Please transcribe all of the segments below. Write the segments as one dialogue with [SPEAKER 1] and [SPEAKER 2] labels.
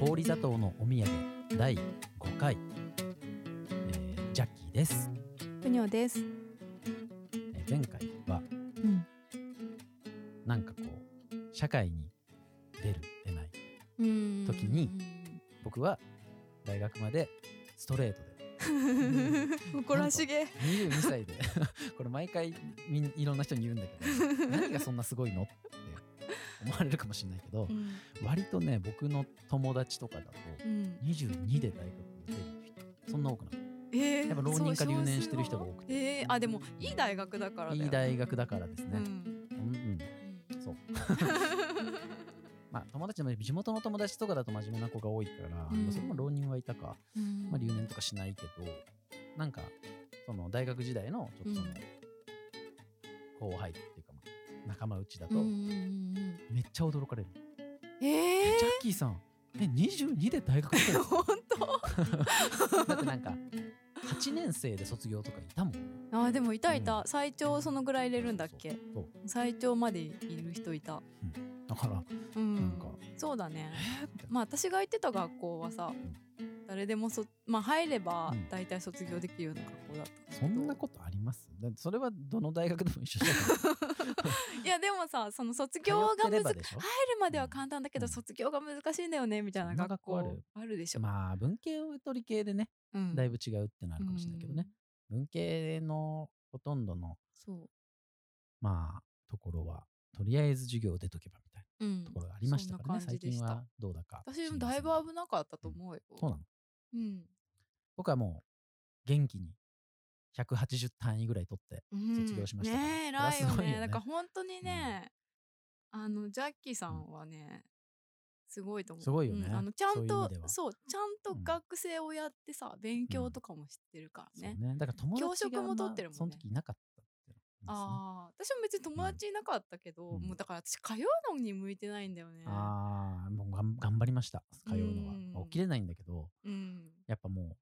[SPEAKER 1] 氷砂糖のお土産第5回、えージャッキーです、
[SPEAKER 2] ぷにょです。
[SPEAKER 1] えー前回は
[SPEAKER 2] うん。
[SPEAKER 1] なんかこう社会に出る出ない
[SPEAKER 2] うん
[SPEAKER 1] 時に。僕は大学までストレートで
[SPEAKER 2] 誇らしげ。
[SPEAKER 1] 22歳で これ毎回みんいろんな人に言うんだけ ど何がそんなすごいのって思われるかもしれないけど
[SPEAKER 2] ん。
[SPEAKER 1] 割とね僕の友達とかだと
[SPEAKER 2] うん。
[SPEAKER 1] 22で大学に出る人そんな多くなかっ
[SPEAKER 2] ええ
[SPEAKER 1] やっぱ浪人か留年してる人が多くて
[SPEAKER 2] て。ええあでもいい大学だか
[SPEAKER 1] た
[SPEAKER 2] らだよ。
[SPEAKER 1] いい大学だからです
[SPEAKER 2] う
[SPEAKER 1] ね、う
[SPEAKER 2] ん。
[SPEAKER 1] んうん、そう まあ友達でも地元の友達とかだと真面目な子が多いから、
[SPEAKER 2] うん
[SPEAKER 1] それも浪人はいたか、
[SPEAKER 2] うん
[SPEAKER 1] まあ、留年とかしないけどなんかその大学時代のちょっとその、後輩っていうかまあ仲間内だと
[SPEAKER 2] うん
[SPEAKER 1] め
[SPEAKER 2] うんうんうん
[SPEAKER 1] っちゃ驚かれる、
[SPEAKER 2] ええ
[SPEAKER 1] ジャッキーさんえ22で大学出てるんです
[SPEAKER 2] 本
[SPEAKER 1] か だってなんか8年生で卒業とかいたもんね
[SPEAKER 2] 当。あでもいたいた、
[SPEAKER 1] うん
[SPEAKER 2] 最長そのぐらい入れるんだっけ
[SPEAKER 1] そうそうそう
[SPEAKER 2] 最長までいる人いた。
[SPEAKER 1] だから
[SPEAKER 2] うん。
[SPEAKER 1] なんか
[SPEAKER 2] そうだね。
[SPEAKER 1] えーみたいな
[SPEAKER 2] まあ私が行ってた学校はさ、誰でもそまあ入れば
[SPEAKER 1] うん
[SPEAKER 2] 大体卒業できるような学校だったけど。
[SPEAKER 1] そんなことありますだってそれはどの大学でも一緒じゃ
[SPEAKER 2] いやでもさその卒
[SPEAKER 1] な
[SPEAKER 2] 業
[SPEAKER 1] い通
[SPEAKER 2] が
[SPEAKER 1] ってれば
[SPEAKER 2] 難入る
[SPEAKER 1] でしょ
[SPEAKER 2] までは簡単だけ
[SPEAKER 1] う
[SPEAKER 2] ど
[SPEAKER 1] ん
[SPEAKER 2] 卒業が難しいんだよねみたいな
[SPEAKER 1] そんな
[SPEAKER 2] 学
[SPEAKER 1] 学校
[SPEAKER 2] 校
[SPEAKER 1] ある
[SPEAKER 2] あるでしょ。
[SPEAKER 1] まあ文系と理系でね
[SPEAKER 2] うん
[SPEAKER 1] だいぶ違うっていうのはあるかもしれないけどね、。文系のほとんどの
[SPEAKER 2] うんそ。
[SPEAKER 1] まあところはとりあえず授業出とけばみたいう
[SPEAKER 2] うん。
[SPEAKER 1] なところがありましたからね、
[SPEAKER 2] そんな
[SPEAKER 1] 最
[SPEAKER 2] 感じでし
[SPEAKER 1] 近
[SPEAKER 2] た
[SPEAKER 1] はどうだか
[SPEAKER 2] 私もだいぶ
[SPEAKER 1] い
[SPEAKER 2] 危なかったと思うよ。
[SPEAKER 1] そうなの
[SPEAKER 2] うん。
[SPEAKER 1] 僕はもう元気に180単位ぐらい取って
[SPEAKER 2] うん
[SPEAKER 1] 卒業しましたから
[SPEAKER 2] ねえ
[SPEAKER 1] それは
[SPEAKER 2] 偉い
[SPEAKER 1] す
[SPEAKER 2] よ
[SPEAKER 1] ごいよ
[SPEAKER 2] ね。
[SPEAKER 1] ね
[SPEAKER 2] だから本当にね、あのジャッキーさんはねすごいと思う。
[SPEAKER 1] すごいよね
[SPEAKER 2] うんあのちゃん
[SPEAKER 1] そういう意
[SPEAKER 2] と
[SPEAKER 1] 味では
[SPEAKER 2] そうちゃんと
[SPEAKER 1] うん
[SPEAKER 2] 学生をやってさ勉
[SPEAKER 1] う
[SPEAKER 2] 強
[SPEAKER 1] ん
[SPEAKER 2] とかも知ってるから
[SPEAKER 1] そう
[SPEAKER 2] ね。
[SPEAKER 1] ねだから友達が、まあ、
[SPEAKER 2] 教職も取ってるもんね
[SPEAKER 1] その時いなかったっていうのが
[SPEAKER 2] ああ私も別に友達いなかったけど、
[SPEAKER 1] うん
[SPEAKER 2] もうだから私通うのに向いてないんだよね。
[SPEAKER 1] ありますねあーもうがん頑張りました通うのは
[SPEAKER 2] うん
[SPEAKER 1] まあ起きれないんだけど
[SPEAKER 2] うん、
[SPEAKER 1] やっぱもう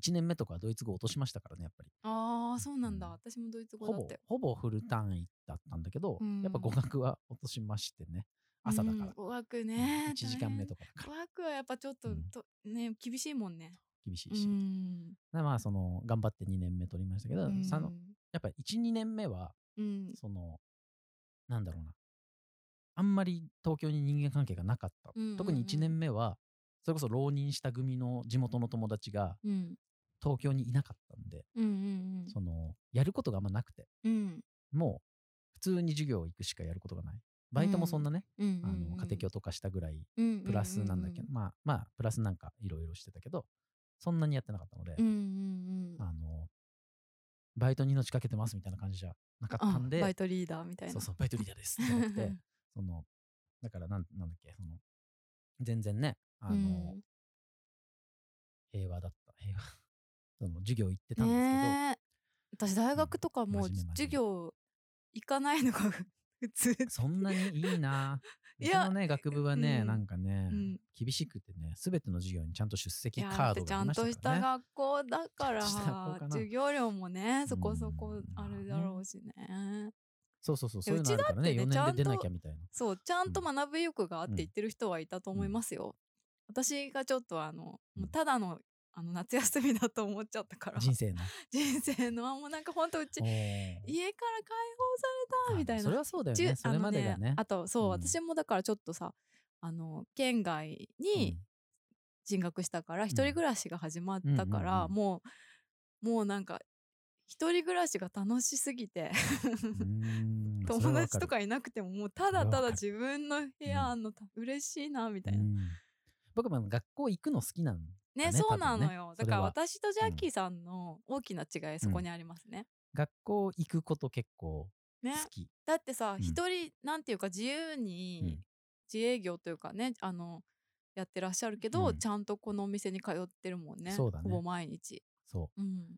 [SPEAKER 1] 1年目とかはドイツ語落としましたからねやっぱり
[SPEAKER 2] あーそうなんだ、
[SPEAKER 1] うん
[SPEAKER 2] 私もドイツ語
[SPEAKER 1] ほ
[SPEAKER 2] だ
[SPEAKER 1] ぼ
[SPEAKER 2] ったよ。
[SPEAKER 1] ほぼフル単位だったんだけど、
[SPEAKER 2] うん
[SPEAKER 1] やっぱ語学は落としましてね朝だから、
[SPEAKER 2] うん語学ね。
[SPEAKER 1] 1時間目と
[SPEAKER 2] か。
[SPEAKER 1] かだか
[SPEAKER 2] 語
[SPEAKER 1] ら
[SPEAKER 2] 学はやっぱちょっと,、
[SPEAKER 1] うん
[SPEAKER 2] とね厳しいもんね。
[SPEAKER 1] 厳し
[SPEAKER 2] う
[SPEAKER 1] いし、
[SPEAKER 2] ん。
[SPEAKER 1] でまあその頑張って2年目取りましたけど、
[SPEAKER 2] うん
[SPEAKER 1] さのやっぱ12年目は
[SPEAKER 2] うん。
[SPEAKER 1] そのなんだろうなあんまり東京に人間関係がなかった、
[SPEAKER 2] うんうんうん
[SPEAKER 1] 特に1年目はそれこそ浪人した組の地元の友達が
[SPEAKER 2] うん。
[SPEAKER 1] 東京にいなかったんで、
[SPEAKER 2] うんうん
[SPEAKER 1] そのやることがあんまなくて
[SPEAKER 2] うん。うん。
[SPEAKER 1] もう普通に授業行くしかやることがないバイトもそんなね、
[SPEAKER 2] うん。
[SPEAKER 1] あの家庭教とかしたぐらい
[SPEAKER 2] うん
[SPEAKER 1] プラスなんだっけど、まあまあプラスなんかいろいろしてたけどそんなにやってなかったので、
[SPEAKER 2] うんうんうん。
[SPEAKER 1] あのバイトに命かけてますみたいな感じじゃなかったんで
[SPEAKER 2] あバイトリーダーみたいな。
[SPEAKER 1] そうそうバイトリーダーですじ ゃなくてそのだからなんなんだっけその全然ねあの、
[SPEAKER 2] うん
[SPEAKER 1] 平和だった平和 その授業行ってたんですけど、
[SPEAKER 2] ねえ私大学とか
[SPEAKER 1] 真面
[SPEAKER 2] もう
[SPEAKER 1] 目真面目
[SPEAKER 2] 授業行かないのが 普通
[SPEAKER 1] そんなにいいなう
[SPEAKER 2] い
[SPEAKER 1] ち
[SPEAKER 2] や
[SPEAKER 1] のね学部はね、
[SPEAKER 2] うん
[SPEAKER 1] なんかね、
[SPEAKER 2] うん
[SPEAKER 1] 厳しくてね全ての授業にちゃんと出
[SPEAKER 2] い
[SPEAKER 1] 席
[SPEAKER 2] や
[SPEAKER 1] カー
[SPEAKER 2] だ
[SPEAKER 1] ド
[SPEAKER 2] ってち
[SPEAKER 1] があ
[SPEAKER 2] ゃ
[SPEAKER 1] り
[SPEAKER 2] ん
[SPEAKER 1] ましたから、
[SPEAKER 2] と
[SPEAKER 1] ね、
[SPEAKER 2] した学校だか
[SPEAKER 1] ち
[SPEAKER 2] ら
[SPEAKER 1] ゃんとした学校かな
[SPEAKER 2] 授業料もねそこそこあるだろうしね、
[SPEAKER 1] そうそうそうそう
[SPEAKER 2] い
[SPEAKER 1] い
[SPEAKER 2] や
[SPEAKER 1] うのあるからね
[SPEAKER 2] うちだ
[SPEAKER 1] 4
[SPEAKER 2] っ
[SPEAKER 1] 年で出
[SPEAKER 2] てねちゃんと
[SPEAKER 1] なきゃみたいな
[SPEAKER 2] そうちゃんと学ぶ意欲があって
[SPEAKER 1] うん
[SPEAKER 2] 言ってる人はいたと思いますよ、私がちょっとあの、
[SPEAKER 1] うん
[SPEAKER 2] もうただのあの夏休みだと思っちゃったから
[SPEAKER 1] 人
[SPEAKER 2] 人
[SPEAKER 1] 生の
[SPEAKER 2] 生のもうなんかほんとうち
[SPEAKER 1] おー
[SPEAKER 2] 家から解放されたみたい
[SPEAKER 1] あそ
[SPEAKER 2] な
[SPEAKER 1] れはそうだよ
[SPEAKER 2] ちゅ
[SPEAKER 1] ねそれまでが
[SPEAKER 2] あの
[SPEAKER 1] ね
[SPEAKER 2] あとそう、
[SPEAKER 1] うん
[SPEAKER 2] 私もだからちょっとさあの県外に進学したから、一人暮らしが始まった
[SPEAKER 1] う
[SPEAKER 2] か
[SPEAKER 1] んうん
[SPEAKER 2] ら、
[SPEAKER 1] うん
[SPEAKER 2] もうもうなんか一人暮らしが楽しすぎて
[SPEAKER 1] うん うーんそれ
[SPEAKER 2] 友
[SPEAKER 1] はわ
[SPEAKER 2] 達
[SPEAKER 1] か
[SPEAKER 2] と
[SPEAKER 1] る
[SPEAKER 2] かいなくてももうただただ自分の部屋あんのた嬉しいなみたいな、
[SPEAKER 1] うん僕もあの学校行くの好きなんだ
[SPEAKER 2] ねそうな
[SPEAKER 1] 多分
[SPEAKER 2] の
[SPEAKER 1] ね
[SPEAKER 2] よ、
[SPEAKER 1] そ
[SPEAKER 2] だ
[SPEAKER 1] れ
[SPEAKER 2] から
[SPEAKER 1] は
[SPEAKER 2] 私とジャッキーさんの大きな違いそこにありますね、
[SPEAKER 1] 学校行くこと結構
[SPEAKER 2] ね
[SPEAKER 1] 好き、
[SPEAKER 2] だってさ
[SPEAKER 1] うん
[SPEAKER 2] 一、人なんていうか自由
[SPEAKER 1] うん
[SPEAKER 2] に自営業というかねあのやってらっしゃるけど、
[SPEAKER 1] うん
[SPEAKER 2] ちゃんとこのお店に通ってるもんね
[SPEAKER 1] そうだね
[SPEAKER 2] ほぼ毎日、
[SPEAKER 1] そう
[SPEAKER 2] うん、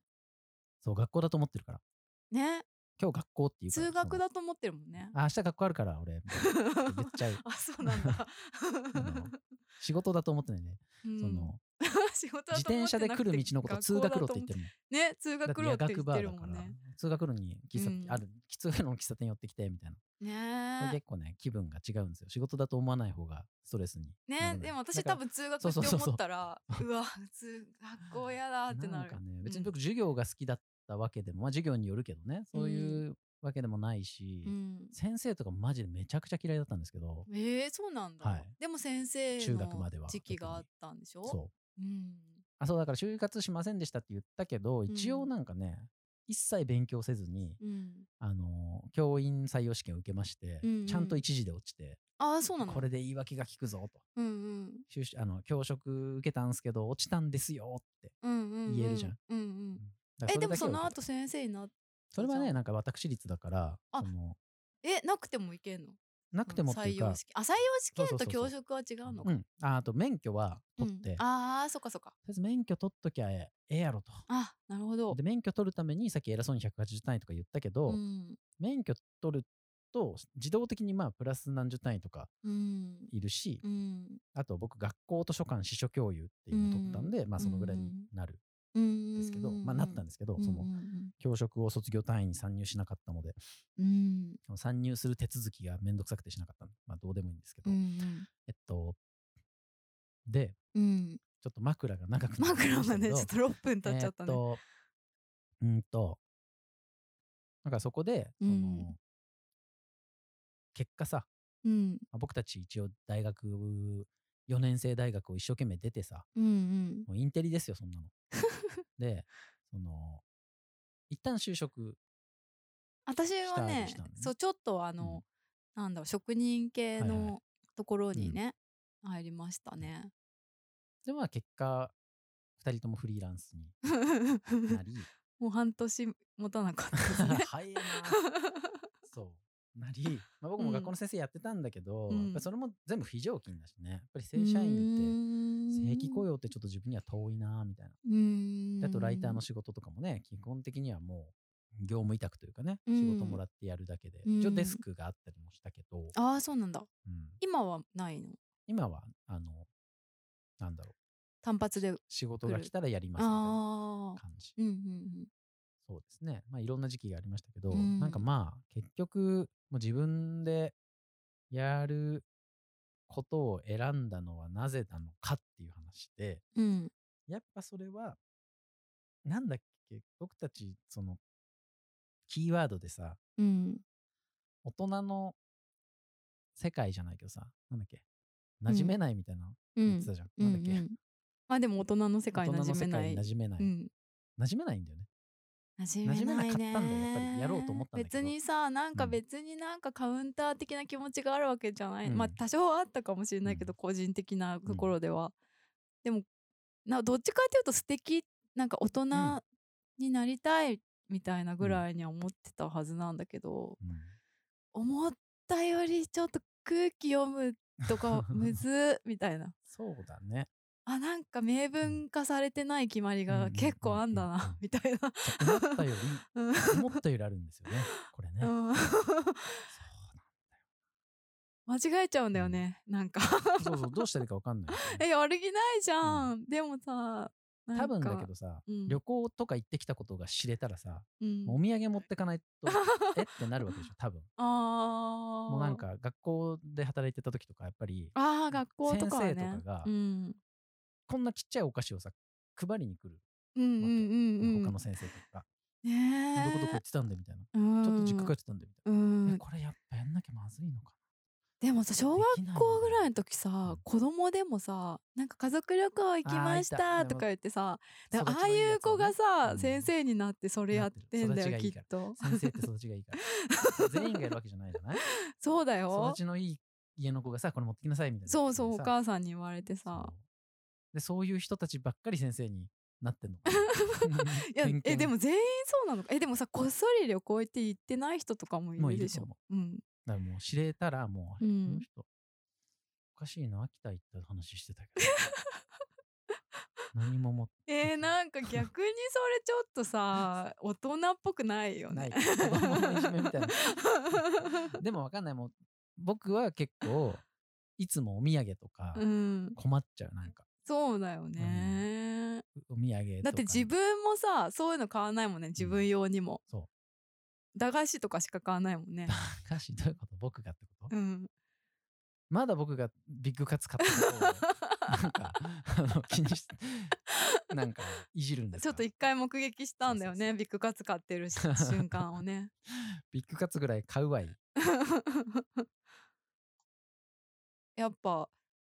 [SPEAKER 1] そう学校だと思ってるから
[SPEAKER 2] ね
[SPEAKER 1] 今日学校っていうから
[SPEAKER 2] 通学
[SPEAKER 1] だ
[SPEAKER 2] だと思ってるもんね
[SPEAKER 1] あ明日学校あるから俺みたいな 言っちゃう
[SPEAKER 2] あそうなんだ、
[SPEAKER 1] あの仕事だと思ってないね、
[SPEAKER 2] うん
[SPEAKER 1] その
[SPEAKER 2] 仕事だ
[SPEAKER 1] 自
[SPEAKER 2] と思
[SPEAKER 1] 転
[SPEAKER 2] っ
[SPEAKER 1] 車
[SPEAKER 2] てなくて
[SPEAKER 1] で来る道のこと通学路って言ってるもん。
[SPEAKER 2] ね通
[SPEAKER 1] だっ
[SPEAKER 2] 学
[SPEAKER 1] て
[SPEAKER 2] 路
[SPEAKER 1] 夜
[SPEAKER 2] って言
[SPEAKER 1] 学
[SPEAKER 2] っ
[SPEAKER 1] バ
[SPEAKER 2] て
[SPEAKER 1] ー
[SPEAKER 2] る
[SPEAKER 1] だ
[SPEAKER 2] も
[SPEAKER 1] か
[SPEAKER 2] ん
[SPEAKER 1] ら
[SPEAKER 2] ね。
[SPEAKER 1] 通学路に喫茶、
[SPEAKER 2] うん
[SPEAKER 1] ある通学路の喫茶店寄ってきてみたいな。これ
[SPEAKER 2] ね
[SPEAKER 1] 結構ね気分が違うんですよ。仕事だと思わない方がストレスにならな
[SPEAKER 2] ね
[SPEAKER 1] い。
[SPEAKER 2] でも
[SPEAKER 1] だ
[SPEAKER 2] 私
[SPEAKER 1] から
[SPEAKER 2] 多分通学
[SPEAKER 1] そう
[SPEAKER 2] って
[SPEAKER 1] そうそうそう
[SPEAKER 2] 思っ たらうわ通学校やだってな
[SPEAKER 1] ん
[SPEAKER 2] る
[SPEAKER 1] かね別
[SPEAKER 2] う
[SPEAKER 1] に
[SPEAKER 2] ん
[SPEAKER 1] 僕授業が好きだったわけでも、まあ授業によるけどねそういうわけでもないし、
[SPEAKER 2] うん
[SPEAKER 1] 先生とかマジでめちゃくちゃ嫌いだったんですけど、
[SPEAKER 2] えー、そうなんだ、
[SPEAKER 1] はい
[SPEAKER 2] でも先生
[SPEAKER 1] 中学まで
[SPEAKER 2] の
[SPEAKER 1] は
[SPEAKER 2] 時期があったんでしょ
[SPEAKER 1] そう
[SPEAKER 2] う、ん、
[SPEAKER 1] あそうだから就活しませんでしたって言ったけど一応なんかね、一切勉強せずに、
[SPEAKER 2] うん、
[SPEAKER 1] あのー教員採用試験を受けまして、
[SPEAKER 2] うんうん
[SPEAKER 1] ちゃんと一時で落ちて
[SPEAKER 2] ああそうなの
[SPEAKER 1] これで言い訳が効くぞと
[SPEAKER 2] うんうん
[SPEAKER 1] 就職あの教職受けたんすけど落ちたんですよって
[SPEAKER 2] うんうんうん
[SPEAKER 1] 言えるじゃん
[SPEAKER 2] うんうん
[SPEAKER 1] だから
[SPEAKER 2] え
[SPEAKER 1] れ
[SPEAKER 2] でも
[SPEAKER 1] だけ
[SPEAKER 2] そ
[SPEAKER 1] は
[SPEAKER 2] の
[SPEAKER 1] 受けた
[SPEAKER 2] 後先生にな
[SPEAKER 1] それは
[SPEAKER 2] じゃ
[SPEAKER 1] ね
[SPEAKER 2] ん
[SPEAKER 1] なんか私立だから
[SPEAKER 2] あ
[SPEAKER 1] その
[SPEAKER 2] えなくてもいけんの
[SPEAKER 1] なくてもっていう
[SPEAKER 2] 採
[SPEAKER 1] か
[SPEAKER 2] 用試験あ採用試験
[SPEAKER 1] そうそ
[SPEAKER 2] と
[SPEAKER 1] うそうそ
[SPEAKER 2] 教
[SPEAKER 1] う
[SPEAKER 2] 職は違うの
[SPEAKER 1] う
[SPEAKER 2] か
[SPEAKER 1] ん、ああと免許は取って、
[SPEAKER 2] うん
[SPEAKER 1] とりあ
[SPEAKER 2] ああそっかそっか
[SPEAKER 1] えず免許取っときゃええやろと。
[SPEAKER 2] あなるほど
[SPEAKER 1] で免許取るためにさっき偉そうに180単位とか言ったけど、
[SPEAKER 2] うん
[SPEAKER 1] 免許取ると自動的にまあプラス何十単位とか
[SPEAKER 2] うん
[SPEAKER 1] いるし、
[SPEAKER 2] うん
[SPEAKER 1] あと僕学校図書館司書教諭っていうのを取ったんで、まあそのぐらいになる
[SPEAKER 2] うん
[SPEAKER 1] んですけど、まあなったん
[SPEAKER 2] で
[SPEAKER 1] ですけど、その教職を卒業単位に参入しなかったので
[SPEAKER 2] うん
[SPEAKER 1] その参入する手続きがめんどくさくてしなかったのまあどうでもいいんですけ
[SPEAKER 2] う
[SPEAKER 1] ど、
[SPEAKER 2] ん
[SPEAKER 1] えっとで
[SPEAKER 2] うん
[SPEAKER 1] ちょっと枕が長くなってき
[SPEAKER 2] 枕
[SPEAKER 1] ました
[SPEAKER 2] が
[SPEAKER 1] け
[SPEAKER 2] ね
[SPEAKER 1] ど
[SPEAKER 2] ちょっ と6分経っちゃった
[SPEAKER 1] え
[SPEAKER 2] ね
[SPEAKER 1] ーとうんとなんかそこで、その
[SPEAKER 2] うん
[SPEAKER 1] 結果さ
[SPEAKER 2] うん
[SPEAKER 1] まあ僕たち一応大学4年生大学を一生懸命出てさ
[SPEAKER 2] うん
[SPEAKER 1] もうインテリですよそんなの。 でその一旦就職
[SPEAKER 2] 私はね
[SPEAKER 1] したりしたのね
[SPEAKER 2] そうちょっとあの、なんだろう職人系
[SPEAKER 1] はいはい
[SPEAKER 2] のところに
[SPEAKER 1] うん
[SPEAKER 2] ね、入りましたね。
[SPEAKER 1] でまあ結果2人ともフリーランスになり。
[SPEAKER 2] もう半年持たなかったですね
[SPEAKER 1] 早いなそうな り、まあ、僕も学校の先生やってたんだけど、
[SPEAKER 2] うん
[SPEAKER 1] やっぱそれも全部非常勤だしねやっぱり正社員って正規雇
[SPEAKER 2] 用
[SPEAKER 1] 用ってちょっと自分には遠いなみたいな。であとライターの仕事とかもね、基本的にはもう業務委託というかね、
[SPEAKER 2] うん
[SPEAKER 1] 仕事もらってやるだけで、
[SPEAKER 2] うん
[SPEAKER 1] 一応デスクがあったりもしたけど、
[SPEAKER 2] ああそうなんだ
[SPEAKER 1] うん
[SPEAKER 2] 今はないの
[SPEAKER 1] 今は、あの、なんだろう、
[SPEAKER 2] 単発であ
[SPEAKER 1] 仕事が来たらやりますみたいな
[SPEAKER 2] あ
[SPEAKER 1] 感じ。
[SPEAKER 2] ーうんうん
[SPEAKER 1] そうですね。まあいろんな時期がありましたけど、
[SPEAKER 2] うん
[SPEAKER 1] なんかまあ結局、もう自分でやることを選んだのはなぜなのかっていう話で、
[SPEAKER 2] うんうん
[SPEAKER 1] やっぱそれは、なんだっけ、僕たち、その、キーワードでさ、
[SPEAKER 2] うん
[SPEAKER 1] 大人の世界じゃないけどさ、なんだっけ、馴染めないみたいなの
[SPEAKER 2] う
[SPEAKER 1] 言っ
[SPEAKER 2] ん
[SPEAKER 1] てたじゃん。
[SPEAKER 2] う
[SPEAKER 1] なんだっけ、
[SPEAKER 2] んまあでも大人の世界
[SPEAKER 1] 大
[SPEAKER 2] 馴
[SPEAKER 1] 人の
[SPEAKER 2] 染
[SPEAKER 1] 世
[SPEAKER 2] めな
[SPEAKER 1] 界
[SPEAKER 2] い
[SPEAKER 1] に馴染めない。
[SPEAKER 2] うん
[SPEAKER 1] 馴染めないんだよね。
[SPEAKER 2] 馴染めない
[SPEAKER 1] 馴
[SPEAKER 2] ね
[SPEAKER 1] 染めなかったんだよやっぱりやろうと思ったんだけど
[SPEAKER 2] 別にさなんか
[SPEAKER 1] うん
[SPEAKER 2] 別になんかカウンター的な気持ちがあるわけじゃない、
[SPEAKER 1] うん
[SPEAKER 2] まあ多少はあったかもしれないけ
[SPEAKER 1] う
[SPEAKER 2] ど、
[SPEAKER 1] ん
[SPEAKER 2] 個人的なところでは、でもなどっちかっていうと素敵なんか大人
[SPEAKER 1] ん
[SPEAKER 2] になりたいみたいなぐらいには思ってたはずなんだけど、
[SPEAKER 1] うん
[SPEAKER 2] 思ったよりちょっと空気読む とかむずっみたいな
[SPEAKER 1] そうだね。
[SPEAKER 2] あなんか明文化されてない決まり
[SPEAKER 1] うんうんうん
[SPEAKER 2] が
[SPEAKER 1] うん
[SPEAKER 2] 結構あんだなみた いな。
[SPEAKER 1] 思ったより、
[SPEAKER 2] うん
[SPEAKER 1] 思ったよりあるんですよね。これね。そう
[SPEAKER 2] うん間違えちゃうんだよね、なんか
[SPEAKER 1] なんそうそう、どうしたらいいかわかんないよね、
[SPEAKER 2] え悪気ないじゃん、
[SPEAKER 1] う
[SPEAKER 2] でもさなんか
[SPEAKER 1] 多分だけどさ、
[SPEAKER 2] うん
[SPEAKER 1] 旅行とか行ってきたことが知れたらさ、
[SPEAKER 2] うん
[SPEAKER 1] お土産持ってか ないと、えってなるわけでしょ、多分。
[SPEAKER 2] あー
[SPEAKER 1] もうなんか学校で働いてた時とかやっぱり
[SPEAKER 2] あー学校とかはね
[SPEAKER 1] 先生とかが
[SPEAKER 2] うん、
[SPEAKER 1] こんなちっちゃいお菓子をさ配りに来る、
[SPEAKER 2] うんうんうんうん
[SPEAKER 1] 他の先生とかが
[SPEAKER 2] ね
[SPEAKER 1] どこどこ行
[SPEAKER 2] え
[SPEAKER 1] ってたんでみたいな、
[SPEAKER 2] うん
[SPEAKER 1] ちょっと実家帰ってたんでみたい
[SPEAKER 2] うん
[SPEAKER 1] な、えこれやっぱやんなきゃまずいのか
[SPEAKER 2] でもさ小学
[SPEAKER 1] できないよ
[SPEAKER 2] 校
[SPEAKER 1] ね
[SPEAKER 2] ぐらいの時さ
[SPEAKER 1] うん
[SPEAKER 2] 子供でもさなんか家族旅行行きまし
[SPEAKER 1] あーいた
[SPEAKER 2] た
[SPEAKER 1] でも
[SPEAKER 2] とか言ってさ
[SPEAKER 1] な
[SPEAKER 2] だからああいう子が
[SPEAKER 1] 育ち
[SPEAKER 2] さ、
[SPEAKER 1] うん
[SPEAKER 2] 先生になってそれやってんだよ
[SPEAKER 1] なってる育ちがい
[SPEAKER 2] きっ
[SPEAKER 1] いから
[SPEAKER 2] と
[SPEAKER 1] のいいやつはね先生って育ちがいいから全員がやるわけじゃないじゃない
[SPEAKER 2] そうだよ
[SPEAKER 1] 育ちのいい家の子がさこれ持ってきなさいみたいな
[SPEAKER 2] そうそうお
[SPEAKER 1] さ
[SPEAKER 2] 母さんに言われてさ
[SPEAKER 1] そうでそういう人たちばっかり先生になってんのかな
[SPEAKER 2] いや
[SPEAKER 1] 偏見
[SPEAKER 2] えでも全員そうなのかえでもさこっそり旅行行って行ってない人とかもい
[SPEAKER 1] もう
[SPEAKER 2] る
[SPEAKER 1] いる
[SPEAKER 2] でし
[SPEAKER 1] と
[SPEAKER 2] ょ
[SPEAKER 1] 思
[SPEAKER 2] うん
[SPEAKER 1] だからもう知れたらもう、あ
[SPEAKER 2] う
[SPEAKER 1] れ
[SPEAKER 2] ん
[SPEAKER 1] この人、おかしいな、秋田行った話してたけ ど。何も持って
[SPEAKER 2] えー、なんか逆にそれちょっとさ大人っぽくないよ
[SPEAKER 1] ない。
[SPEAKER 2] ね
[SPEAKER 1] 子供のいじめみたいな。でもわかんない。もう僕は結構、いつもお土産とか
[SPEAKER 2] うん
[SPEAKER 1] 困っちゃう。なんか、
[SPEAKER 2] そうだよね、
[SPEAKER 1] お土産とかね
[SPEAKER 2] だって自分もさそういうの買わないもんね自分用にも、
[SPEAKER 1] そう
[SPEAKER 2] 駄菓子とかしか買わないもんね
[SPEAKER 1] 歌詞どういうこと僕がってこと、
[SPEAKER 2] うん
[SPEAKER 1] まだ僕がビッグカツ買ったことをなんかあの気にしなんかいじるんです
[SPEAKER 2] ちょっと一回目撃したんだよ
[SPEAKER 1] そうそう
[SPEAKER 2] ねビッグカツ買ってるし瞬間をね
[SPEAKER 1] ビッグカツぐらい買うわい
[SPEAKER 2] やっぱ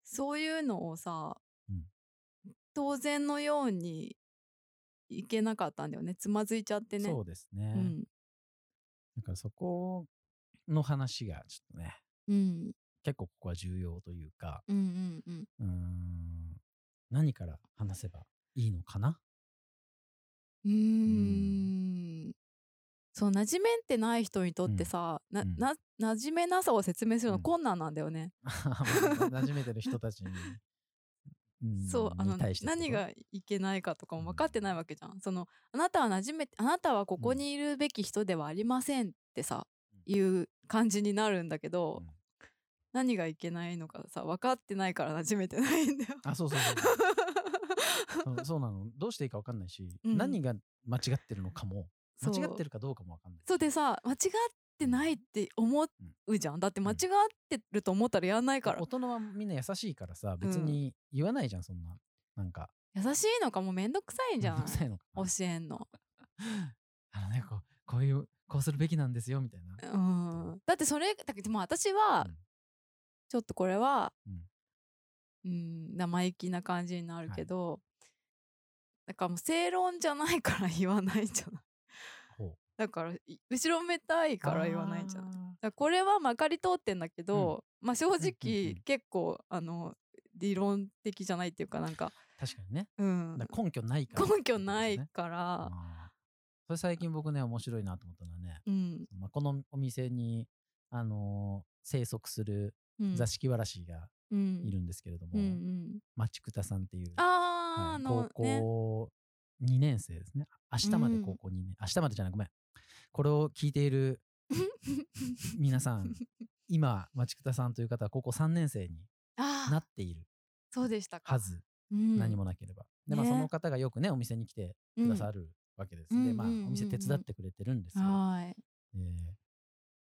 [SPEAKER 2] そういうのをさ、
[SPEAKER 1] うん
[SPEAKER 2] 当然のようにいけなかったんだよねつまずいちゃってね
[SPEAKER 1] そうですね、
[SPEAKER 2] うん
[SPEAKER 1] だからそこの話がちょっとね
[SPEAKER 2] うん
[SPEAKER 1] 結構ここは重要というか
[SPEAKER 2] うんうんうん
[SPEAKER 1] うーん何から話せばいいのかな
[SPEAKER 2] うーんそう馴染めってない人にとってさ、な
[SPEAKER 1] うん
[SPEAKER 2] な馴染めなさを説明するの
[SPEAKER 1] うん
[SPEAKER 2] 困難なんだよね、
[SPEAKER 1] 馴染めてる人たちにうん
[SPEAKER 2] そうあの
[SPEAKER 1] に対してってこと
[SPEAKER 2] 何がいけないかとかも分かってないわけじゃん、そのあなたは馴染めあなたはここにいるべき人ではありませんってさ、いう感じになるんだけ
[SPEAKER 1] う
[SPEAKER 2] ど、
[SPEAKER 1] ん
[SPEAKER 2] 何がいけないのかさ分かってないから馴染めてないんだよ。
[SPEAKER 1] あそうそうそうそううんそうなのどうしていいか分かんないし、
[SPEAKER 2] うん
[SPEAKER 1] 何が間違ってるのかも
[SPEAKER 2] そ う
[SPEAKER 1] 間違ってるかどうかも分かんない
[SPEAKER 2] そうでさ間違ってないって思うじゃんだって間違ってると思ったらやんないから
[SPEAKER 1] 大人はみんな優しいからさ別に言わないじゃんそんななんか
[SPEAKER 2] 優しいのかもうめんどくさいんじゃ
[SPEAKER 1] めんど
[SPEAKER 2] ん
[SPEAKER 1] くさいのかな
[SPEAKER 2] 教えんの、
[SPEAKER 1] あのねこうこういうこうするべきなんですよみたいな
[SPEAKER 2] うん、だってそれだけどでも私は、
[SPEAKER 1] うん
[SPEAKER 2] ちょっとこれは
[SPEAKER 1] うん、
[SPEAKER 2] うん、生意気な感じになるけど、だからもう正論じゃないから言わないじゃない
[SPEAKER 1] ほ
[SPEAKER 2] だからい後ろめたいうから言わないじゃんだか
[SPEAKER 1] あ
[SPEAKER 2] らこれはまかり通ってんだけど、まあ正直、
[SPEAKER 1] うんうん
[SPEAKER 2] 結構あの理論的じゃないっていうかなんか、
[SPEAKER 1] ー確かにね
[SPEAKER 2] うん、
[SPEAKER 1] だから根拠ないから
[SPEAKER 2] 根拠ない
[SPEAKER 1] ってこ
[SPEAKER 2] か
[SPEAKER 1] と
[SPEAKER 2] ら
[SPEAKER 1] ですね、あーそれ最近僕ね面白いなと思ったのはね、
[SPEAKER 2] うん
[SPEAKER 1] まあ、このお店にあのー生息する
[SPEAKER 2] うん、
[SPEAKER 1] 座敷わらしが
[SPEAKER 2] うん
[SPEAKER 1] いるんですけれども、
[SPEAKER 2] うんうん、
[SPEAKER 1] 町久田さんっていう
[SPEAKER 2] あー、
[SPEAKER 1] は
[SPEAKER 2] あ
[SPEAKER 1] い
[SPEAKER 2] のね
[SPEAKER 1] 高校2年生ですね。明日まで高校2年、明日までじゃない、ごめん。これを聞いてい る皆さん、今、町久田さんという方は高校3年生に
[SPEAKER 2] あー
[SPEAKER 1] なっている
[SPEAKER 2] そうでしたか
[SPEAKER 1] はず、
[SPEAKER 2] うん
[SPEAKER 1] 何もなければ。で、まあ、
[SPEAKER 2] ね
[SPEAKER 1] その方がよくね、お店に来てくださるわけです。
[SPEAKER 2] うん
[SPEAKER 1] で、まあ、お
[SPEAKER 2] うんうんうんうん
[SPEAKER 1] 店手伝ってくれてるんです
[SPEAKER 2] うん
[SPEAKER 1] よ。
[SPEAKER 2] はい
[SPEAKER 1] えー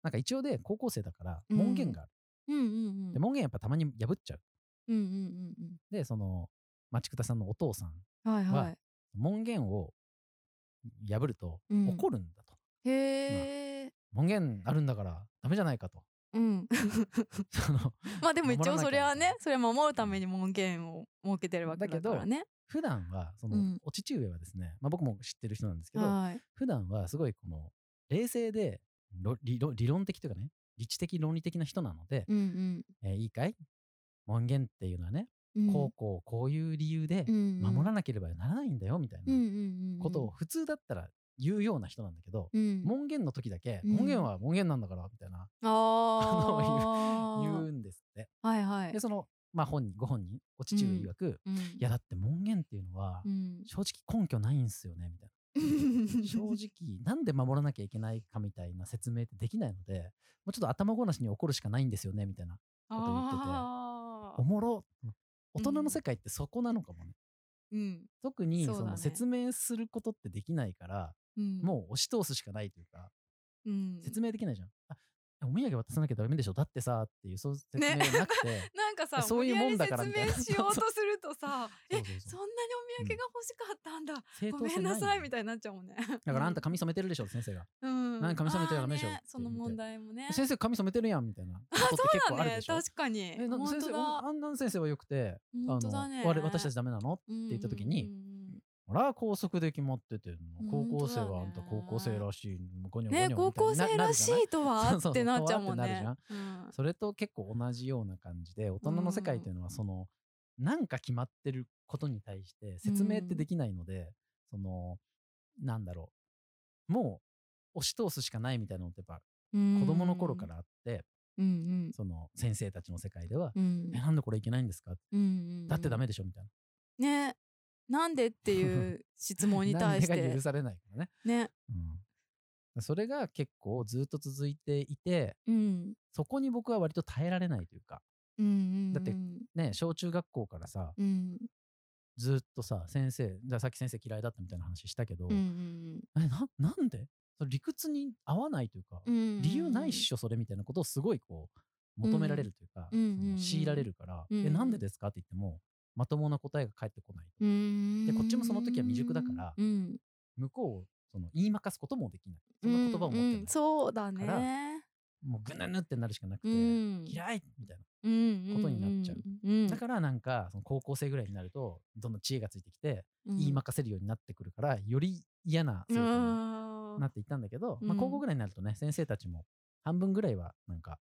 [SPEAKER 1] なんか一応で高校生だから
[SPEAKER 2] うん
[SPEAKER 1] 門限がある。
[SPEAKER 2] うんうんう
[SPEAKER 1] で
[SPEAKER 2] ん
[SPEAKER 1] 門限やっぱたまに破っちゃう。
[SPEAKER 2] うんうんうん
[SPEAKER 1] で、その町久田さんのお父さん、
[SPEAKER 2] うんはい
[SPEAKER 1] は
[SPEAKER 2] はい
[SPEAKER 1] 門限を破ると
[SPEAKER 2] うん
[SPEAKER 1] 怒るんだと。
[SPEAKER 2] へえ、
[SPEAKER 1] 門限あるんだからダメじゃないかと。
[SPEAKER 2] うん、
[SPEAKER 1] その
[SPEAKER 2] まあでも一応
[SPEAKER 1] 守らなきゃ
[SPEAKER 2] それはねそれは守るために門限を設けてるわけ
[SPEAKER 1] だけ
[SPEAKER 2] だ
[SPEAKER 1] ど
[SPEAKER 2] からね
[SPEAKER 1] 普段はその、
[SPEAKER 2] うん
[SPEAKER 1] お父上はですね、まあ、僕も知ってる人なんですけど
[SPEAKER 2] はい
[SPEAKER 1] 普段はすごいこの冷静でろ理論理論的というかね理知的論理的な人なので、
[SPEAKER 2] うん
[SPEAKER 1] えーいいかい門限っていうのはね、
[SPEAKER 2] うん
[SPEAKER 1] こうこうこういう理由で
[SPEAKER 2] うん
[SPEAKER 1] 守らなければならないんだよみたい
[SPEAKER 2] うんうん
[SPEAKER 1] な
[SPEAKER 2] うん
[SPEAKER 1] ことを普通だったら言うような人なんだけど、
[SPEAKER 2] うん
[SPEAKER 1] 門限の時だけ、
[SPEAKER 2] うん
[SPEAKER 1] 門限は門限なんだからみたいな
[SPEAKER 2] あ
[SPEAKER 1] 言
[SPEAKER 2] ー
[SPEAKER 1] うんですって。
[SPEAKER 2] はいはい
[SPEAKER 1] でそのまあ本人ご本人お父上曰く、
[SPEAKER 2] うん
[SPEAKER 1] いやだって門限っていうのは
[SPEAKER 2] うん
[SPEAKER 1] 正直根拠ないんすよねみたい な正直なんで守らなきゃいけないかみたいな説明ってできないのでもうちょっと頭ごなしに怒るしかないんですよねみたいなこと言ってて
[SPEAKER 2] あ
[SPEAKER 1] お
[SPEAKER 2] ー
[SPEAKER 1] もろ大人
[SPEAKER 2] うん
[SPEAKER 1] の世界ってそこなのかもね、
[SPEAKER 2] うん
[SPEAKER 1] 特に
[SPEAKER 2] そうだ
[SPEAKER 1] そ
[SPEAKER 2] ね
[SPEAKER 1] の説明することってできないから、
[SPEAKER 2] うん
[SPEAKER 1] もう押し通すしかないというか
[SPEAKER 2] うん
[SPEAKER 1] 説明できないじゃん、あお土産渡さなきゃダメでしょだってさっていうそう説明はなくて、
[SPEAKER 2] なんかさ
[SPEAKER 1] そういうもんだから
[SPEAKER 2] 無
[SPEAKER 1] み
[SPEAKER 2] 理
[SPEAKER 1] たい
[SPEAKER 2] やり
[SPEAKER 1] な
[SPEAKER 2] 説明しようとするとさ え
[SPEAKER 1] そうそう
[SPEAKER 2] そ
[SPEAKER 1] そ
[SPEAKER 2] ん
[SPEAKER 1] う
[SPEAKER 2] なにお土産が欲しかったんだ、
[SPEAKER 1] 正
[SPEAKER 2] ご
[SPEAKER 1] 当
[SPEAKER 2] め
[SPEAKER 1] 性
[SPEAKER 2] んなさい
[SPEAKER 1] の
[SPEAKER 2] みたいになっちゃうもんね。
[SPEAKER 1] だからあんた髪染めてるでしょ先生が
[SPEAKER 2] うん、
[SPEAKER 1] なんか髪染めてはダメでしょ
[SPEAKER 2] あーね
[SPEAKER 1] って
[SPEAKER 2] その問題もね。
[SPEAKER 1] 先生髪染めてるやんみたいなことって結構ある
[SPEAKER 2] ね
[SPEAKER 1] でしょ、
[SPEAKER 2] 確かに
[SPEAKER 1] えなんか
[SPEAKER 2] 本
[SPEAKER 1] 先
[SPEAKER 2] 当
[SPEAKER 1] 生
[SPEAKER 2] だ
[SPEAKER 1] あんなん先生はよくて
[SPEAKER 2] 本当だね
[SPEAKER 1] あの我々私たちダメなの
[SPEAKER 2] って
[SPEAKER 1] 言った時に
[SPEAKER 2] うんうん
[SPEAKER 1] ほら高速で決まってて高校生はあんた
[SPEAKER 2] 本
[SPEAKER 1] 高
[SPEAKER 2] 当
[SPEAKER 1] 校
[SPEAKER 2] だ
[SPEAKER 1] 生
[SPEAKER 2] ね
[SPEAKER 1] らしいのゴニョゴニ
[SPEAKER 2] うん
[SPEAKER 1] ョ
[SPEAKER 2] ね
[SPEAKER 1] みたいに
[SPEAKER 2] 高校
[SPEAKER 1] な
[SPEAKER 2] 生らし
[SPEAKER 1] なるじ
[SPEAKER 2] いとは
[SPEAKER 1] そうそう
[SPEAKER 2] ってなっちゃうもん
[SPEAKER 1] とはって
[SPEAKER 2] ね
[SPEAKER 1] な。ゃないそれと結構同じような感じで大人の世界っていうのはそのなんか決まってることに対して説明ってできないのでそのなんだろうもう押し通すしかないみたいなのってやっぱ
[SPEAKER 2] うん
[SPEAKER 1] 子供の頃か。らあって
[SPEAKER 2] うん
[SPEAKER 1] その先生たちの世界では
[SPEAKER 2] うんうん
[SPEAKER 1] えなんでこれいけないんですか
[SPEAKER 2] うんうん
[SPEAKER 1] だってダメでしょみたいな。
[SPEAKER 2] ねなんでっていう質問に対し
[SPEAKER 1] 何が
[SPEAKER 2] て
[SPEAKER 1] 許され ないからね。
[SPEAKER 2] ね。
[SPEAKER 1] うん、それが結構ずっと続いていて
[SPEAKER 2] うん
[SPEAKER 1] そこに僕は割と耐えられないというか
[SPEAKER 2] うんうんうん
[SPEAKER 1] だってね小中学校からさ
[SPEAKER 2] うん
[SPEAKER 1] ずっとさ先生じゃあさっき先生嫌いだったみたいな話したけど、
[SPEAKER 2] うんうん
[SPEAKER 1] えななんでそれ理屈に合わないというか、
[SPEAKER 2] うんうんうん
[SPEAKER 1] 理由ないっしょそれみたいなことをすごいこう求められるというか、
[SPEAKER 2] うんうん
[SPEAKER 1] そ
[SPEAKER 2] うんう
[SPEAKER 1] の
[SPEAKER 2] ん
[SPEAKER 1] 強いられるから、
[SPEAKER 2] うんうん
[SPEAKER 1] えなんでですかって言ってもまともな答えが返ってこない、
[SPEAKER 2] うーん
[SPEAKER 1] でこっちもその時は未熟だから
[SPEAKER 2] うん
[SPEAKER 1] 向こうをその言い負かすこともできないそんな言葉を持ってない、
[SPEAKER 2] うんうんそうだ
[SPEAKER 1] から
[SPEAKER 2] ね
[SPEAKER 1] もうぐぬぬってなるしかなくて、
[SPEAKER 2] うん
[SPEAKER 1] 嫌いみたいな
[SPEAKER 2] ことに
[SPEAKER 1] になっちゃう。
[SPEAKER 2] うん
[SPEAKER 1] だからなんかその高校生ぐらいになるとどんどん知恵がついてきて、
[SPEAKER 2] うん
[SPEAKER 1] 言い負かせるようになってくるからより嫌な生徒に
[SPEAKER 2] あー
[SPEAKER 1] なっていったんだけど、ま
[SPEAKER 2] う
[SPEAKER 1] あ、
[SPEAKER 2] ん
[SPEAKER 1] 高校ぐらいになるとね、先生たちも半分ぐらいはなんか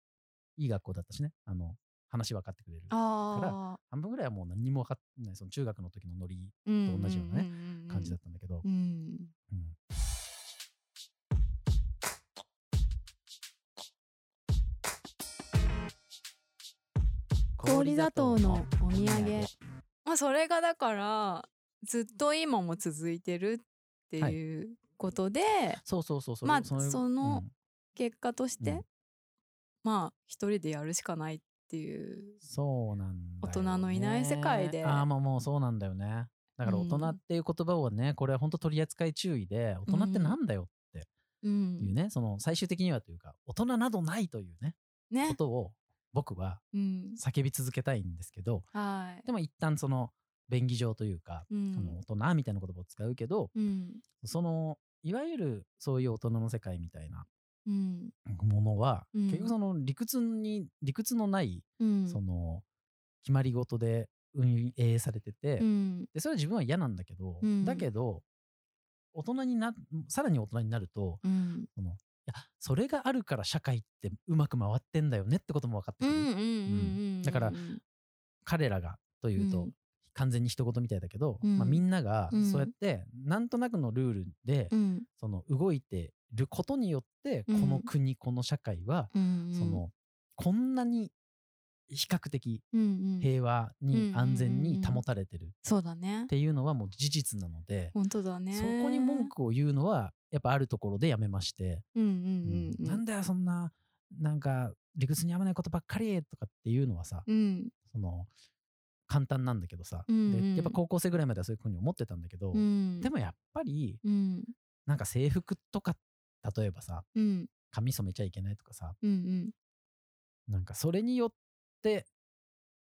[SPEAKER 1] いい学校だったしねあの話分かってくれる
[SPEAKER 2] あ
[SPEAKER 1] 半分ぐらいはもう何にも分かってないその中学の時のノリ
[SPEAKER 2] ー
[SPEAKER 1] と同じようなね感じだ
[SPEAKER 2] っ
[SPEAKER 1] ったんだけど、
[SPEAKER 2] た。うん
[SPEAKER 1] うん
[SPEAKER 2] 氷砂糖のお土産まあそれがだからずっと今も続いてるって
[SPEAKER 1] はい
[SPEAKER 2] いうことで、
[SPEAKER 1] そうそうそうそう
[SPEAKER 2] まあ
[SPEAKER 1] いう
[SPEAKER 2] その
[SPEAKER 1] うん
[SPEAKER 2] 結果として、
[SPEAKER 1] うん
[SPEAKER 2] まあ一人でやるしかないっていう。
[SPEAKER 1] そうなんだよ、ね、
[SPEAKER 2] 大人のいない世界で
[SPEAKER 1] ああまあもうそうなんだよねだから大人っていう言葉をねこれは本当取り扱い注意で大人ってなんだよって
[SPEAKER 2] うん
[SPEAKER 1] いうね、その最終的にはというか大人などないというねこ
[SPEAKER 2] ね、
[SPEAKER 1] とを僕は
[SPEAKER 2] うん、
[SPEAKER 1] 叫び続けたいんですけど
[SPEAKER 2] はい。
[SPEAKER 1] でも一旦その便宜上というか、
[SPEAKER 2] うん
[SPEAKER 1] その大人みたいな言葉を使うけど
[SPEAKER 2] うん
[SPEAKER 1] そのいわゆるそういう大人の世界みたいな
[SPEAKER 2] うん
[SPEAKER 1] ものは、
[SPEAKER 2] うん
[SPEAKER 1] 結局その理屈に理屈のない
[SPEAKER 2] うん
[SPEAKER 1] その決まり事で運営されてて、
[SPEAKER 2] うん
[SPEAKER 1] でそれは自分は嫌なんだけど、
[SPEAKER 2] うん
[SPEAKER 1] だけど大人になさらに大人になると
[SPEAKER 2] うん
[SPEAKER 1] そのいやそれがあるから社会ってうまく回ってんだよねってことも分かって
[SPEAKER 2] う
[SPEAKER 1] く
[SPEAKER 2] ん
[SPEAKER 1] る、
[SPEAKER 2] うんうん
[SPEAKER 1] だから
[SPEAKER 2] うん
[SPEAKER 1] 彼らがというと、
[SPEAKER 2] うん
[SPEAKER 1] 完全に人事みたいだけど、
[SPEAKER 2] うん
[SPEAKER 1] まあ、みんなが
[SPEAKER 2] うん
[SPEAKER 1] そうやってなんとなくのルールで、
[SPEAKER 2] うん
[SPEAKER 1] その動いてることによってこの国、この社会は、
[SPEAKER 2] うん
[SPEAKER 1] そのこんなに比較的
[SPEAKER 2] うんうん
[SPEAKER 1] 平和
[SPEAKER 2] う
[SPEAKER 1] に
[SPEAKER 2] ん
[SPEAKER 1] 安全に保たれてるっ
[SPEAKER 2] そうだね
[SPEAKER 1] ていうのはもう事実なので、
[SPEAKER 2] 本当だね
[SPEAKER 1] そこに文句を言うのはやっぱあるところでやめまして、
[SPEAKER 2] うんうんうんうん
[SPEAKER 1] なんだよそんななんか理屈に合わないことばっかりとかっていうのはさ、
[SPEAKER 2] うん
[SPEAKER 1] その簡単なんだけどさ、
[SPEAKER 2] うんうん
[SPEAKER 1] でやっぱ高校生ぐらいまではそういうふうに思ってたんだけど、
[SPEAKER 2] うん
[SPEAKER 1] でもやっぱり
[SPEAKER 2] うん
[SPEAKER 1] なんか制服とか例えばさ
[SPEAKER 2] うん
[SPEAKER 1] 髪染めちゃいけないとかさ
[SPEAKER 2] うんうん
[SPEAKER 1] なんかそれによって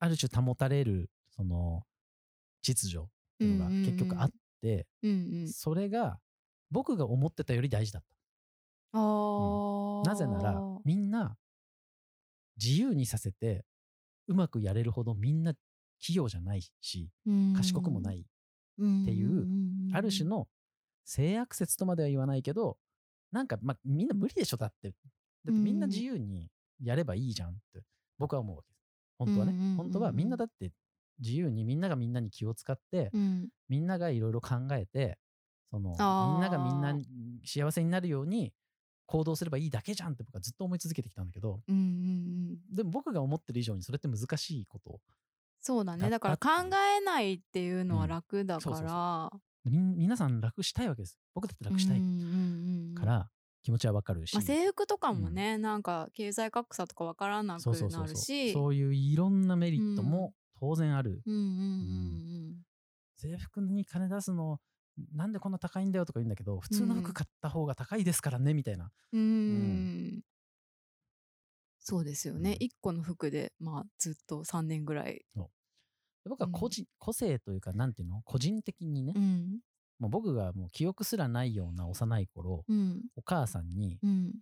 [SPEAKER 1] ある種保たれるその秩序っていうのが
[SPEAKER 2] うんうんうん
[SPEAKER 1] 結局あって、
[SPEAKER 2] うんうん
[SPEAKER 1] それが僕が思ってたより大事だっ
[SPEAKER 2] あー
[SPEAKER 1] たなぜならみんな自由にさせてうまくやれるほどみんな器用じゃないし賢くもない
[SPEAKER 2] って
[SPEAKER 1] いうん
[SPEAKER 2] んん
[SPEAKER 1] ある種の性アクセスとまでは言わないけど、なんか、まあ、みんな無理でしょ、だって。だってみんな自由にやればいいじゃんって、僕は思うわけです。本当は
[SPEAKER 2] うんうんうんう
[SPEAKER 1] ね。
[SPEAKER 2] ん
[SPEAKER 1] 本当はみんなだって自由に、みんながみんなに気を使って、
[SPEAKER 2] うん
[SPEAKER 1] みんながいろいろ考えて、その、みん
[SPEAKER 2] あー
[SPEAKER 1] ながみんなに幸せになるように行動すればいいだけじゃんって僕はずっと思い続けてきたんだけど、
[SPEAKER 2] うんうんうん
[SPEAKER 1] でも僕が思ってる以上にそれって難しいこと。
[SPEAKER 2] そうだね
[SPEAKER 1] だ
[SPEAKER 2] だから
[SPEAKER 1] だ
[SPEAKER 2] 考えないっていうのは楽だ
[SPEAKER 1] そうそうそう
[SPEAKER 2] か
[SPEAKER 1] みん、皆さん楽したいわけです。僕だって
[SPEAKER 2] ら
[SPEAKER 1] 楽したい
[SPEAKER 2] うんうんうん
[SPEAKER 1] から気持ちはわかるし。
[SPEAKER 2] まあ、制服とかもね、なんか経済格差とかわからなく
[SPEAKER 1] そうそうそ
[SPEAKER 2] な
[SPEAKER 1] う
[SPEAKER 2] る
[SPEAKER 1] そう
[SPEAKER 2] し
[SPEAKER 1] そういういろんなメリットも当然ある、
[SPEAKER 2] うんうんうん
[SPEAKER 1] 制服に金出すのなんでこんな高いんだよとか言うんだけど普通の服買った方が高いですからねみたいな、
[SPEAKER 2] うんうんそうですよね
[SPEAKER 1] うん
[SPEAKER 2] 一個の服でまあずっと3年ぐらい、
[SPEAKER 1] で僕は個人、個性というかなんていうの個人的にね、
[SPEAKER 2] うん
[SPEAKER 1] もう僕がもう記憶すらないような幼い頃
[SPEAKER 2] うん
[SPEAKER 1] お母さんに、
[SPEAKER 2] うん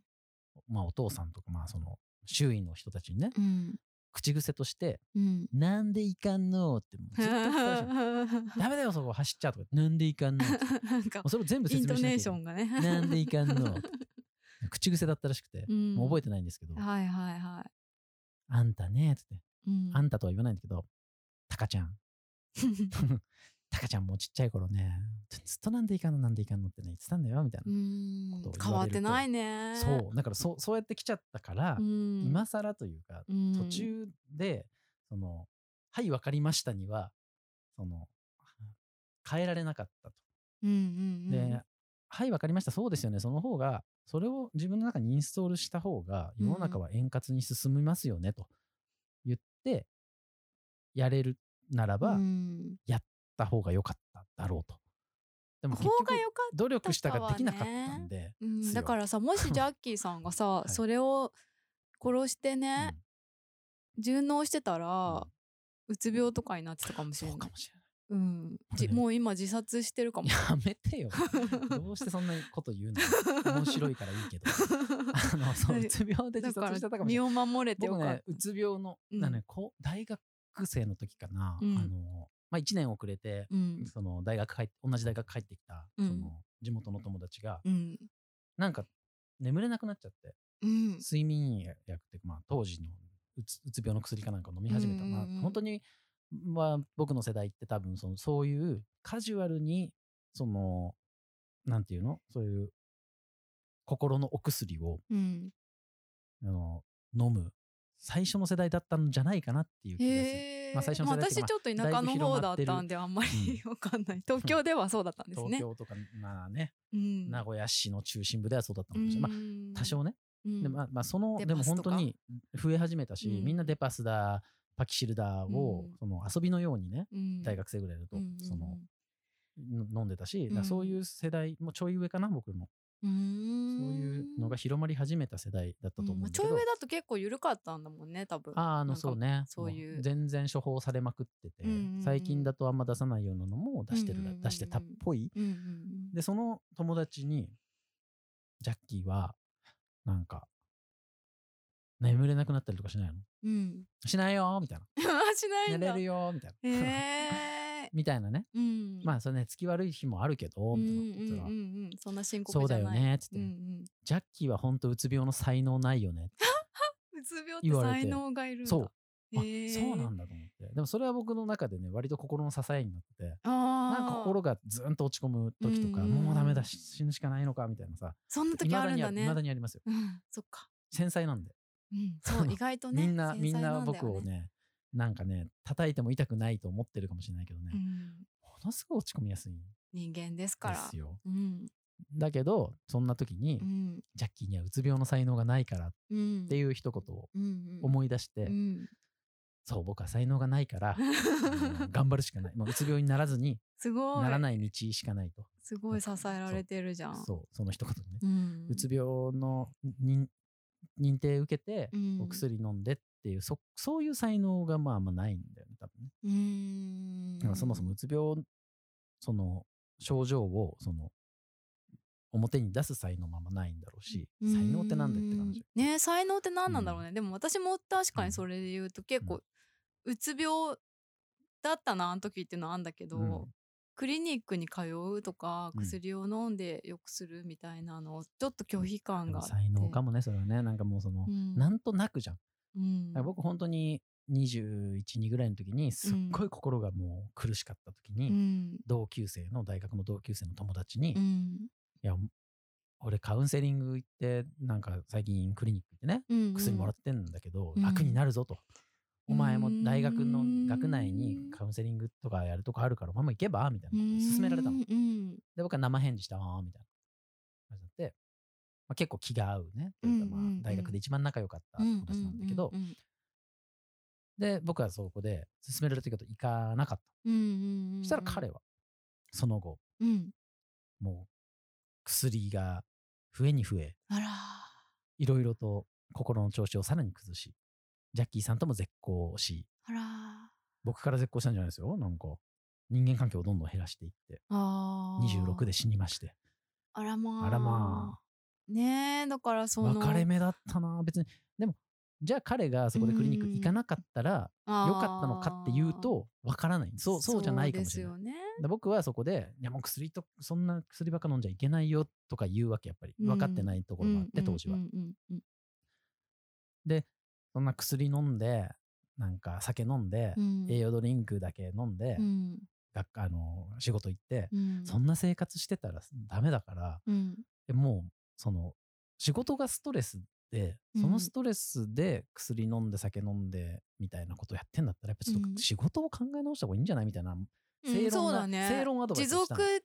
[SPEAKER 1] まあ、お父さんとかまあその周囲の人たちにね
[SPEAKER 2] うん
[SPEAKER 1] 口癖として
[SPEAKER 2] うん
[SPEAKER 1] 「なんでいかんの?」ってもうずっと言ってたじ ゃんダメだよそこ走っちゃうとか「なんでいかんの?」っても
[SPEAKER 2] なんか
[SPEAKER 1] うそれを全部
[SPEAKER 2] イン
[SPEAKER 1] 説
[SPEAKER 2] ト
[SPEAKER 1] 明しなき
[SPEAKER 2] ネ
[SPEAKER 1] ゃ
[SPEAKER 2] ー
[SPEAKER 1] いけ
[SPEAKER 2] ションがね
[SPEAKER 1] ないなんでいかんの?」口癖だったらしくて、
[SPEAKER 2] うん
[SPEAKER 1] もう覚えてないんですけど、
[SPEAKER 2] はいはいは
[SPEAKER 1] あんたね、つって、
[SPEAKER 2] い、うん、
[SPEAKER 1] あんたとは言わないんだけど、タカちゃん。 タカちゃんもちっちゃい頃ね、ずっとなんでいかんのなんでいかんのってね、言ってたんだよ、みたいな
[SPEAKER 2] う。ん
[SPEAKER 1] ことを言われると
[SPEAKER 2] 変わってないね
[SPEAKER 1] そう、だからそうそうやって来ちゃったから、
[SPEAKER 2] うん、
[SPEAKER 1] 今更というか、
[SPEAKER 2] うん
[SPEAKER 1] 途中で、その、はい、わかりましたには、その、変えられなかったと。
[SPEAKER 2] うんうんうん、
[SPEAKER 1] で、はい、わかりました、そうですよね、その方が、それを自分の中にインストールした方が、世の中は円滑に進みますよね、と言って、やれるならば、
[SPEAKER 2] うん
[SPEAKER 1] やったした方が良かっただろうと。でも結
[SPEAKER 2] 方
[SPEAKER 1] 局
[SPEAKER 2] が良かっ
[SPEAKER 1] 努力したができなかったんで、
[SPEAKER 2] た、
[SPEAKER 1] す
[SPEAKER 2] うん、
[SPEAKER 1] よ
[SPEAKER 2] だからさもしジャッキーさん がさ、
[SPEAKER 1] い
[SPEAKER 2] それを殺してね、順応してた
[SPEAKER 1] うん
[SPEAKER 2] ら、うつ病とかになってたかもし
[SPEAKER 1] そ
[SPEAKER 2] れ
[SPEAKER 1] う
[SPEAKER 2] な
[SPEAKER 1] か
[SPEAKER 2] い
[SPEAKER 1] もしれない。
[SPEAKER 2] うん、じ
[SPEAKER 1] ね
[SPEAKER 2] もう今自殺し てるかも
[SPEAKER 1] やめてよ。どうしてそんなこと言うの面白いからいいけど。 あの、そう、うつ病で
[SPEAKER 2] だ
[SPEAKER 1] 自
[SPEAKER 2] から
[SPEAKER 1] 殺してたかもしれ
[SPEAKER 2] 身
[SPEAKER 1] ない。
[SPEAKER 2] を守れてよ
[SPEAKER 1] 僕
[SPEAKER 2] かった、
[SPEAKER 1] ね、うつ病の、
[SPEAKER 2] うん
[SPEAKER 1] だね、こう大学生の時かな、
[SPEAKER 2] うん
[SPEAKER 1] あの、まあ、1年遅れて、
[SPEAKER 2] うん
[SPEAKER 1] その、大学帰って、同じ大学帰ってきた、
[SPEAKER 2] うん
[SPEAKER 1] その、地元の友達が、
[SPEAKER 2] うん
[SPEAKER 1] なんか、眠れなくなっちゃって、
[SPEAKER 2] うん
[SPEAKER 1] 睡眠薬っていうか、まあ、当時のうつうつ病の薬かなんかを飲み始めた、まあ
[SPEAKER 2] うんうんうん
[SPEAKER 1] 本当に、まあ、僕の世代って多分そのそういうカジュアルにそのなんていうのそういう心のお薬を
[SPEAKER 2] うん
[SPEAKER 1] あの飲む最初の世代だったんじゃないかなっていう気がする。
[SPEAKER 2] へえ、
[SPEAKER 1] まあ最初の世代って
[SPEAKER 2] 私
[SPEAKER 1] いう
[SPEAKER 2] ち
[SPEAKER 1] か
[SPEAKER 2] ょっと田舎の方だったんであんま
[SPEAKER 1] 広まっ
[SPEAKER 2] り
[SPEAKER 1] て
[SPEAKER 2] わかんない東京ではそうだったんです
[SPEAKER 1] 東
[SPEAKER 2] ね、
[SPEAKER 1] 京とか、まあね、
[SPEAKER 2] うん、
[SPEAKER 1] 名古屋市の中心部ではそうだったのかもしれない。まあ、多少ね、
[SPEAKER 2] うん、
[SPEAKER 1] でまあまあ、その
[SPEAKER 2] デ
[SPEAKER 1] でも
[SPEAKER 2] パス
[SPEAKER 1] 本
[SPEAKER 2] と
[SPEAKER 1] 当
[SPEAKER 2] か
[SPEAKER 1] に増え始めたし、
[SPEAKER 2] うん
[SPEAKER 1] みんなデパスだパキシルダーを、
[SPEAKER 2] うん
[SPEAKER 1] その遊びのようにね
[SPEAKER 2] うん
[SPEAKER 1] 大学生ぐらいだと、
[SPEAKER 2] うん
[SPEAKER 1] そのの飲んでたし、だから
[SPEAKER 2] うん
[SPEAKER 1] そういう世代もうちょい上かな僕も、
[SPEAKER 2] うん
[SPEAKER 1] そういうのが広まり始めた世代だったと思
[SPEAKER 2] う
[SPEAKER 1] うん
[SPEAKER 2] ま
[SPEAKER 1] ん
[SPEAKER 2] あ
[SPEAKER 1] だ
[SPEAKER 2] ち
[SPEAKER 1] け
[SPEAKER 2] ょ
[SPEAKER 1] ど、
[SPEAKER 2] い上だと結構緩かったんだもんね多分
[SPEAKER 1] あああ
[SPEAKER 2] な
[SPEAKER 1] の
[SPEAKER 2] んか
[SPEAKER 1] そうね
[SPEAKER 2] そういう
[SPEAKER 1] も全然処方されまくってて、
[SPEAKER 2] うんうんうん
[SPEAKER 1] 最近だとあんま出さないようなのも出してるら、
[SPEAKER 2] うんうんうんうん
[SPEAKER 1] 出してたっぽい
[SPEAKER 2] うんうん
[SPEAKER 1] でその友達にジャッキーはなんか眠れなくなったりとかしないの
[SPEAKER 2] うん
[SPEAKER 1] しないよーみたいな
[SPEAKER 2] しない
[SPEAKER 1] 寝
[SPEAKER 2] ん
[SPEAKER 1] れ
[SPEAKER 2] だ
[SPEAKER 1] るよーみたい
[SPEAKER 2] へ
[SPEAKER 1] な、
[SPEAKER 2] え
[SPEAKER 1] みたいなね
[SPEAKER 2] うん
[SPEAKER 1] ま
[SPEAKER 2] あ
[SPEAKER 1] あそれね月悪い日もあるけどみたいなこと言ったら、
[SPEAKER 2] うんうんうんうん、そんな深
[SPEAKER 1] そ
[SPEAKER 2] 刻
[SPEAKER 1] う
[SPEAKER 2] じゃ
[SPEAKER 1] だ
[SPEAKER 2] ない
[SPEAKER 1] よねーって
[SPEAKER 2] う
[SPEAKER 1] 言
[SPEAKER 2] ん
[SPEAKER 1] って、
[SPEAKER 2] うん
[SPEAKER 1] ジャッキーは本当うつ病の才能ないよねって
[SPEAKER 2] うつ病って
[SPEAKER 1] 言われて
[SPEAKER 2] 才能がいるんだ
[SPEAKER 1] そうあ
[SPEAKER 2] へえ
[SPEAKER 1] そうなんだと思ってでもそれは僕の中でね割と心の支えになってて
[SPEAKER 2] あ
[SPEAKER 1] なんか
[SPEAKER 2] あ
[SPEAKER 1] 心がずんと落ち込む時とか、
[SPEAKER 2] うんうんうん
[SPEAKER 1] もうダメだし死ぬしかないのかみたいなさ
[SPEAKER 2] そんない時あ
[SPEAKER 1] ま
[SPEAKER 2] るん
[SPEAKER 1] に
[SPEAKER 2] だね
[SPEAKER 1] 未だにありますよ
[SPEAKER 2] うん、そっか、
[SPEAKER 1] 繊細なんで
[SPEAKER 2] うん、
[SPEAKER 1] あ
[SPEAKER 2] そ う
[SPEAKER 1] の
[SPEAKER 2] 意外とね
[SPEAKER 1] みんな
[SPEAKER 2] 繊
[SPEAKER 1] みん
[SPEAKER 2] 細
[SPEAKER 1] なん
[SPEAKER 2] だよ
[SPEAKER 1] 僕をねなんかね叩いても痛くないと思ってるかもしれないけどね、
[SPEAKER 2] うん、
[SPEAKER 1] ものすごい落ち込みやすいんで
[SPEAKER 2] 人間ですから
[SPEAKER 1] すよ
[SPEAKER 2] うん
[SPEAKER 1] だけどそんな時に、
[SPEAKER 2] うん
[SPEAKER 1] ジャッキーにはうつ病の才能がないからっ
[SPEAKER 2] うん
[SPEAKER 1] ていう一言を
[SPEAKER 2] うんうん
[SPEAKER 1] 思い出して、
[SPEAKER 2] うん、
[SPEAKER 1] そう僕は才能がない からあの頑張るしかない。もううつ病にならずに
[SPEAKER 2] すごい
[SPEAKER 1] ならない道しかないと。
[SPEAKER 2] すごい支えられてるじゃん
[SPEAKER 1] そう、その一言にね。
[SPEAKER 2] うん、
[SPEAKER 1] うつ病の認認定受けて、
[SPEAKER 2] うん
[SPEAKER 1] お薬飲んでっていう、そ、そういう才能がまああんまないんだよね、多分ね。
[SPEAKER 2] うーん
[SPEAKER 1] だからそもそもうつ病、その症状を、その、表に出す才能もあんまないんだろうし、
[SPEAKER 2] うーん
[SPEAKER 1] 才能ってなんだよって感じ。
[SPEAKER 2] ね才能って何なんだろうね、でも私も確かにそれで言うと結
[SPEAKER 1] う
[SPEAKER 2] 構うつ病だったなあの時っていうのはあんだけど、
[SPEAKER 1] うん
[SPEAKER 2] クリニックに通うとか
[SPEAKER 1] うん
[SPEAKER 2] 薬を飲んでよくするみたいなのをちょっと拒否
[SPEAKER 1] で
[SPEAKER 2] 感
[SPEAKER 1] も
[SPEAKER 2] があって
[SPEAKER 1] 才能かもね、それはね。なんかもうその、
[SPEAKER 2] うん
[SPEAKER 1] なんとなくじゃん。
[SPEAKER 2] うん
[SPEAKER 1] だから僕本当に21、2ぐらいの時にすっごい心がもう苦しかった時に、
[SPEAKER 2] うん
[SPEAKER 1] 同級生の大学の同級生の友達に「
[SPEAKER 2] う
[SPEAKER 1] い
[SPEAKER 2] ん
[SPEAKER 1] や俺カウンセリング行ってなんか最近クリニック行ってね
[SPEAKER 2] うん
[SPEAKER 1] 薬もらってんだけど、
[SPEAKER 2] うん
[SPEAKER 1] 楽になるぞと。お前も大学
[SPEAKER 2] う
[SPEAKER 1] の
[SPEAKER 2] ん
[SPEAKER 1] 学内にカウンセリングとかやるとこあるからお前も行けばみたいなことを勧められたの。
[SPEAKER 2] うん
[SPEAKER 1] で僕は生返事したわみたいな感じになって、まあ、結構気が合うねというかまあ
[SPEAKER 2] うんうんうん
[SPEAKER 1] 大学で一番仲良かった
[SPEAKER 2] うん
[SPEAKER 1] 友達なんだけど、
[SPEAKER 2] うん
[SPEAKER 1] で僕はそこで勧められたけど行かなかった。
[SPEAKER 2] うんうん
[SPEAKER 1] そしたら彼
[SPEAKER 2] は、
[SPEAKER 1] はその後
[SPEAKER 2] うん、
[SPEAKER 1] もう薬が増えに増え、
[SPEAKER 2] あら
[SPEAKER 1] いろいろと心の調子をさらに崩し、ジャッキーさんとも絶好し、
[SPEAKER 2] あら
[SPEAKER 1] 僕から絶好したんじゃないですよ。なんか、人間関係をどんどん減らしていって、
[SPEAKER 2] あー
[SPEAKER 1] 26で死にまして。
[SPEAKER 2] あらまあ
[SPEAKER 1] あらま
[SPEAKER 2] ねえだから
[SPEAKER 1] あ、
[SPEAKER 2] その
[SPEAKER 1] 別れ目だったな。別に、でも、じゃあ彼がそこでクリニック行かなかったら、
[SPEAKER 2] あー
[SPEAKER 1] 良かったのかっていうと、わからない。そう、そうじゃないかもしれない。
[SPEAKER 2] そうですよね
[SPEAKER 1] だ僕はそこで、いやもう薬と、そんな薬ばっか飲んじゃいけないよとか言うわけ、やっぱり。分かってないところがあって、当時は
[SPEAKER 2] うん。うんうん
[SPEAKER 1] そんな薬飲んで、なんか酒飲んで
[SPEAKER 2] う、ん
[SPEAKER 1] 栄養ドリンクだけ飲んで、
[SPEAKER 2] うん
[SPEAKER 1] 学あの仕事行って、
[SPEAKER 2] うん
[SPEAKER 1] そんな生活してたらダメだから
[SPEAKER 2] うん
[SPEAKER 1] でもうその仕事がストレスで
[SPEAKER 2] うん
[SPEAKER 1] そのストレスで薬飲んで酒飲んでみたいなことやってんだったらやっぱちょっ
[SPEAKER 2] うん
[SPEAKER 1] と仕事を考え直した方がいいんじゃないみたいな
[SPEAKER 2] うん
[SPEAKER 1] 正
[SPEAKER 2] そ
[SPEAKER 1] 論
[SPEAKER 2] う
[SPEAKER 1] が、
[SPEAKER 2] だね
[SPEAKER 1] 正論アドバイ
[SPEAKER 2] 持
[SPEAKER 1] スをしたの
[SPEAKER 2] 続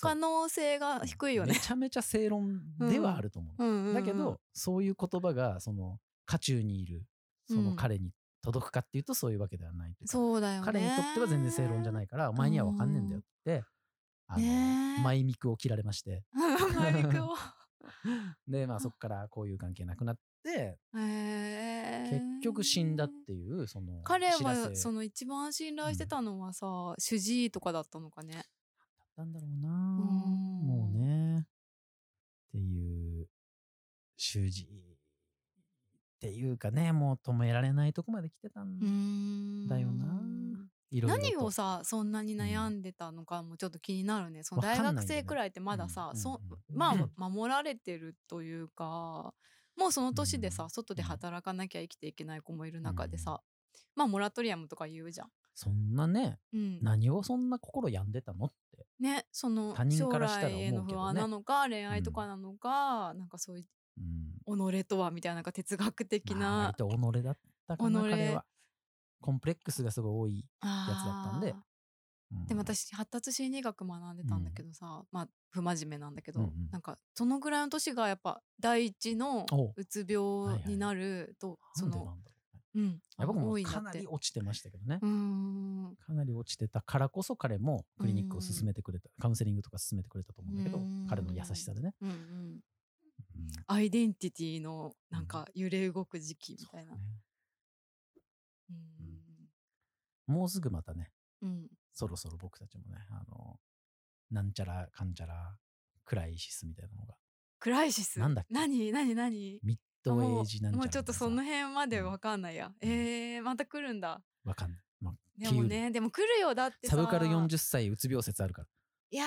[SPEAKER 2] 可能性が低いよね
[SPEAKER 1] めちゃめちゃ正論ではあると思う、
[SPEAKER 2] うんうんうん
[SPEAKER 1] だけどそういう言葉がその渦中にいるその彼に届くかっていうとそういうわけではないというか
[SPEAKER 2] そうだよね
[SPEAKER 1] 彼にとっては全然正論じ ゃないいからお前には分かんねえんだよってあの
[SPEAKER 2] ねえ
[SPEAKER 1] 前ミクを切られまして
[SPEAKER 2] マイクを
[SPEAKER 1] でまあそこからこういう関係なくなって
[SPEAKER 2] へー
[SPEAKER 1] 結局死んだっていうその
[SPEAKER 2] 彼
[SPEAKER 1] 知らせ
[SPEAKER 2] はその一番信頼してたのはさ、主治医とかだったのかね
[SPEAKER 1] なんだろうな
[SPEAKER 2] うん
[SPEAKER 1] もうねっていう習字っていうかねもう止められないとこまで来てたん
[SPEAKER 2] うーん
[SPEAKER 1] だよな。いろいろと
[SPEAKER 2] 何をさそんなに悩んでたのかもちょっと気になるね、その大
[SPEAKER 1] わかん
[SPEAKER 2] 学
[SPEAKER 1] ないよね
[SPEAKER 2] 生くらいってまださ、
[SPEAKER 1] うん
[SPEAKER 2] そ
[SPEAKER 1] うんうん
[SPEAKER 2] ま
[SPEAKER 1] うん
[SPEAKER 2] あ守られてるというかもうその年でさ、
[SPEAKER 1] うん
[SPEAKER 2] 外で働かなきゃ生きていけない子もいる中で
[SPEAKER 1] うん
[SPEAKER 2] さ、まあモラトリアムとか言うじゃん。
[SPEAKER 1] そんなね
[SPEAKER 2] うん、
[SPEAKER 1] 何をそんな心病んでたのって
[SPEAKER 2] ねその
[SPEAKER 1] 他人
[SPEAKER 2] 将
[SPEAKER 1] からしたら
[SPEAKER 2] 来
[SPEAKER 1] 思うけどね
[SPEAKER 2] への不安なのか、恋愛とかなのか、なんかそういう
[SPEAKER 1] うん
[SPEAKER 2] 己とはみたいななんか哲学的
[SPEAKER 1] まあ
[SPEAKER 2] な
[SPEAKER 1] 割。と己だったかな
[SPEAKER 2] 己
[SPEAKER 1] 彼はコンプレックスがすごい
[SPEAKER 2] あ
[SPEAKER 1] やつだったんで
[SPEAKER 2] ー
[SPEAKER 1] 多い、
[SPEAKER 2] でも私発達心理学学んでたんだけどさ、まあ不真面目なんだけど、
[SPEAKER 1] うんうん
[SPEAKER 2] なんかそのぐらいの年がやっぱ第一の
[SPEAKER 1] おう
[SPEAKER 2] うつ病になると、
[SPEAKER 1] そ
[SPEAKER 2] そ
[SPEAKER 1] のなんでな
[SPEAKER 2] の
[SPEAKER 1] んだろうね
[SPEAKER 2] うん
[SPEAKER 1] いや僕も
[SPEAKER 2] 多いんだ
[SPEAKER 1] か
[SPEAKER 2] っ
[SPEAKER 1] な
[SPEAKER 2] て
[SPEAKER 1] り
[SPEAKER 2] う
[SPEAKER 1] 落ちてましたけどね
[SPEAKER 2] ーん
[SPEAKER 1] かなり落ちてたからこそ彼もクリニックを勧めてくれたカウンセリングとか勧めてくれたと思うんだけど
[SPEAKER 2] うん
[SPEAKER 1] 彼の優しさでね、
[SPEAKER 2] うんうん
[SPEAKER 1] うん
[SPEAKER 2] アイデンティティのなんか揺れ動く時期み
[SPEAKER 1] そう
[SPEAKER 2] た
[SPEAKER 1] だ
[SPEAKER 2] い
[SPEAKER 1] ね
[SPEAKER 2] な、うん
[SPEAKER 1] もうすぐまたね
[SPEAKER 2] うん
[SPEAKER 1] そろそろ僕たちもねあのなんちゃらかんちゃらクライシスみたいなのが
[SPEAKER 2] クライシス
[SPEAKER 1] なんだっけ
[SPEAKER 2] 何何何
[SPEAKER 1] ミッ
[SPEAKER 2] あ
[SPEAKER 1] ド
[SPEAKER 2] も
[SPEAKER 1] エ
[SPEAKER 2] う
[SPEAKER 1] イジなんちゃら
[SPEAKER 2] もうちょっとその
[SPEAKER 1] 辺
[SPEAKER 2] 辺までわかんないや、
[SPEAKER 1] うん
[SPEAKER 2] えー、また来るんだ
[SPEAKER 1] わかんない、まあ、
[SPEAKER 2] で
[SPEAKER 1] 急
[SPEAKER 2] も
[SPEAKER 1] に
[SPEAKER 2] ねでも来るよだってさ
[SPEAKER 1] サブカル40歳うつ病説あるから
[SPEAKER 2] いや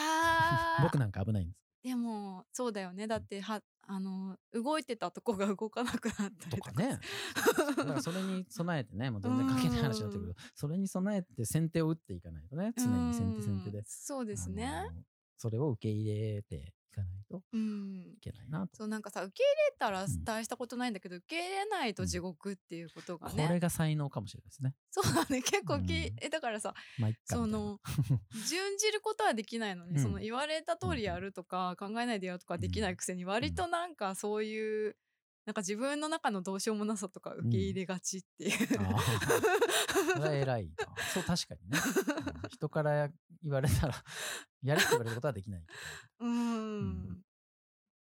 [SPEAKER 2] ー
[SPEAKER 1] 僕なんか危ないんです
[SPEAKER 2] でもそうだよねだってはあの動いてたとこが動かなくなったり
[SPEAKER 1] と
[SPEAKER 2] とか
[SPEAKER 1] かねだからそれに備えてねもう全然関係ない話になってるけ
[SPEAKER 2] うん
[SPEAKER 1] どそれに備えて先手を打っていかないとね常に先手先手
[SPEAKER 2] う
[SPEAKER 1] で
[SPEAKER 2] んそうですね
[SPEAKER 1] あのそれを受け入れていかないと
[SPEAKER 2] うん
[SPEAKER 1] いけないなと。
[SPEAKER 2] そうなんかさ受け入れたら
[SPEAKER 1] うん
[SPEAKER 2] 大したことないんだけど、受け入れないと地獄っていうことが
[SPEAKER 1] こ
[SPEAKER 2] ね、
[SPEAKER 1] れが才能かもしれないですね。
[SPEAKER 2] そうだね結構き、
[SPEAKER 1] うん
[SPEAKER 2] えだからさ
[SPEAKER 1] まあ、いっか
[SPEAKER 2] そ
[SPEAKER 1] みたいな
[SPEAKER 2] の準じることはできないのに、
[SPEAKER 1] うん
[SPEAKER 2] その言われた通りやるとか、考えないでやるとかできないくせに割となんかそういうなんか自分の中のどうしようもなさとか受け入れがちっていう、
[SPEAKER 1] あー それは偉いな。そう、確かにね。うん人から言われたら、やれって言われることはできないけど。
[SPEAKER 2] うーん
[SPEAKER 1] ん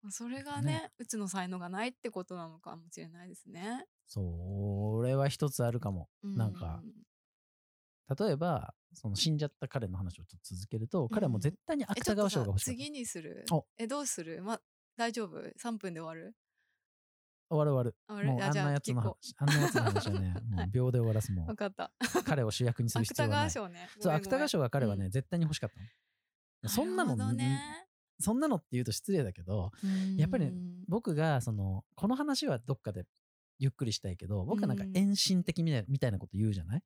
[SPEAKER 2] まあそれがね
[SPEAKER 1] ね
[SPEAKER 2] うちの才能がないってことなのかもしれないですね。
[SPEAKER 1] それは一つあるかも。なんか
[SPEAKER 2] うん
[SPEAKER 1] 例えば、その死んじゃった彼の話をちょっと続けると、彼はもう絶対に
[SPEAKER 2] えち
[SPEAKER 1] 芥
[SPEAKER 2] ょっと
[SPEAKER 1] 川
[SPEAKER 2] さ
[SPEAKER 1] 賞が欲しい。終
[SPEAKER 2] 次にする
[SPEAKER 1] お
[SPEAKER 2] えどうするま大丈夫3分で終わる
[SPEAKER 1] わる終わる。
[SPEAKER 2] 終わ
[SPEAKER 1] もう
[SPEAKER 2] る
[SPEAKER 1] あん
[SPEAKER 2] じゃ
[SPEAKER 1] な
[SPEAKER 2] あ
[SPEAKER 1] やつ
[SPEAKER 2] 聞
[SPEAKER 1] の
[SPEAKER 2] こ
[SPEAKER 1] 話、あんなやつの話は ね、もう秒で終わらすも
[SPEAKER 2] う分
[SPEAKER 1] う、
[SPEAKER 2] かった
[SPEAKER 1] 彼を主役にする必
[SPEAKER 2] 芥
[SPEAKER 1] 要はな
[SPEAKER 2] 川
[SPEAKER 1] い。
[SPEAKER 2] 賞ね
[SPEAKER 1] そう、芥川
[SPEAKER 2] 賞
[SPEAKER 1] 賞が彼は
[SPEAKER 2] う
[SPEAKER 1] ね、絶対に欲しかったの。そんなの、
[SPEAKER 2] ね
[SPEAKER 1] そんなのって言うと失礼だけど、やっぱりね僕がそのこの話はどっかでゆっくりしたいけど僕はなんか
[SPEAKER 2] うん
[SPEAKER 1] 遠心的みたいみたいなこと言うじゃない、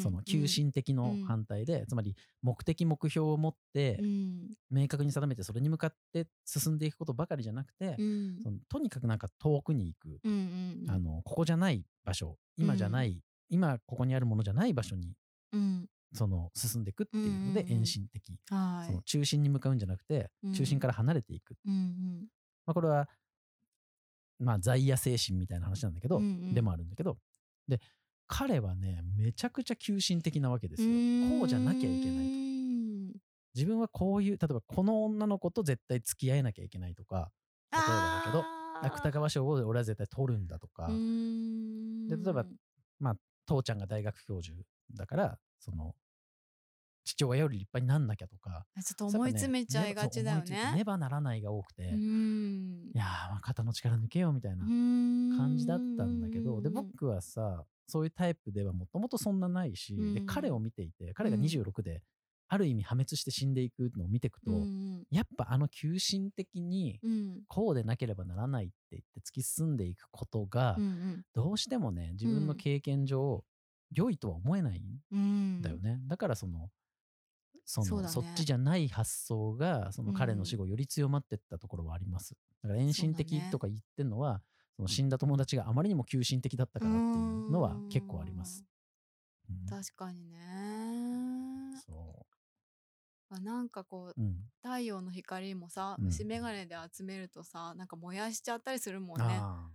[SPEAKER 1] その求心的の
[SPEAKER 2] うん
[SPEAKER 1] 反対で、つまり目的目標を持って明確に定めてそれに向かって進んでいくことばかりじゃなくて、そのとにかくなんか遠くに行く、あのここじゃない場所今じゃない、今ここにあるものじゃない場所にその進んでいくっていうので
[SPEAKER 2] うんうんうん
[SPEAKER 1] 遠心的、
[SPEAKER 2] は
[SPEAKER 1] その
[SPEAKER 2] い
[SPEAKER 1] 中心に向かうんじゃなくて
[SPEAKER 2] うん
[SPEAKER 1] 中心から離れていく
[SPEAKER 2] うん
[SPEAKER 1] まあ、これは、まあ、在野精神みたいな話なんだけど、
[SPEAKER 2] うんうん
[SPEAKER 1] でもあるんだけど、で、彼はね、めちゃくちゃ求心的なわけですよ。
[SPEAKER 2] うん
[SPEAKER 1] こうじゃなきゃいけないと。
[SPEAKER 2] うん
[SPEAKER 1] 自分はこういう、例えばこの女の子と絶対付き合えなきゃいけないとか、例えばだけど
[SPEAKER 2] あー
[SPEAKER 1] 芥川賞を俺は絶対取るんだとか、
[SPEAKER 2] うーん
[SPEAKER 1] で例えば父ちゃんが大学教授だから、その、父親より立派になんなきゃとか、
[SPEAKER 2] あちょっと思い詰めちゃいがちだよ
[SPEAKER 1] そう思い詰
[SPEAKER 2] ね
[SPEAKER 1] め。ねばならないが多くて、
[SPEAKER 2] うー
[SPEAKER 1] い
[SPEAKER 2] ん
[SPEAKER 1] やー、まあ肩の力抜けよみたいな。感
[SPEAKER 2] 感
[SPEAKER 1] じだったんだけど、で、僕はさ、そういうタイプではもともとそんなないし、で
[SPEAKER 2] うん
[SPEAKER 1] 彼を見ていて、彼が
[SPEAKER 2] うん
[SPEAKER 1] 26で、ある意味破滅して死んでいくのを見ていくと、
[SPEAKER 2] うん
[SPEAKER 1] やっぱあの求心的に、
[SPEAKER 2] うん
[SPEAKER 1] こうでなければならないって言って突き進んでいくことが
[SPEAKER 2] う、ん
[SPEAKER 1] どうしてもね、自分の経験上、良いとは思えないん
[SPEAKER 2] うん、
[SPEAKER 1] だよね。だからその、その
[SPEAKER 2] そ
[SPEAKER 1] そう
[SPEAKER 2] だね
[SPEAKER 1] っちじゃない発想がその彼
[SPEAKER 2] うん
[SPEAKER 1] の死後より強まってったところはあります。だから遠心
[SPEAKER 2] そう
[SPEAKER 1] 的
[SPEAKER 2] だね
[SPEAKER 1] とか言ってんのはその死んだ友達があまりにも急心的だったからっていうのは結構あります。うん
[SPEAKER 2] うーん。確かにね。
[SPEAKER 1] そ
[SPEAKER 2] なんかこ
[SPEAKER 1] う、う
[SPEAKER 2] う
[SPEAKER 1] ん、
[SPEAKER 2] 太陽の光もさ、
[SPEAKER 1] うん
[SPEAKER 2] 虫眼鏡で集めるとさなんか燃やしちゃったりするもんね。
[SPEAKER 1] あ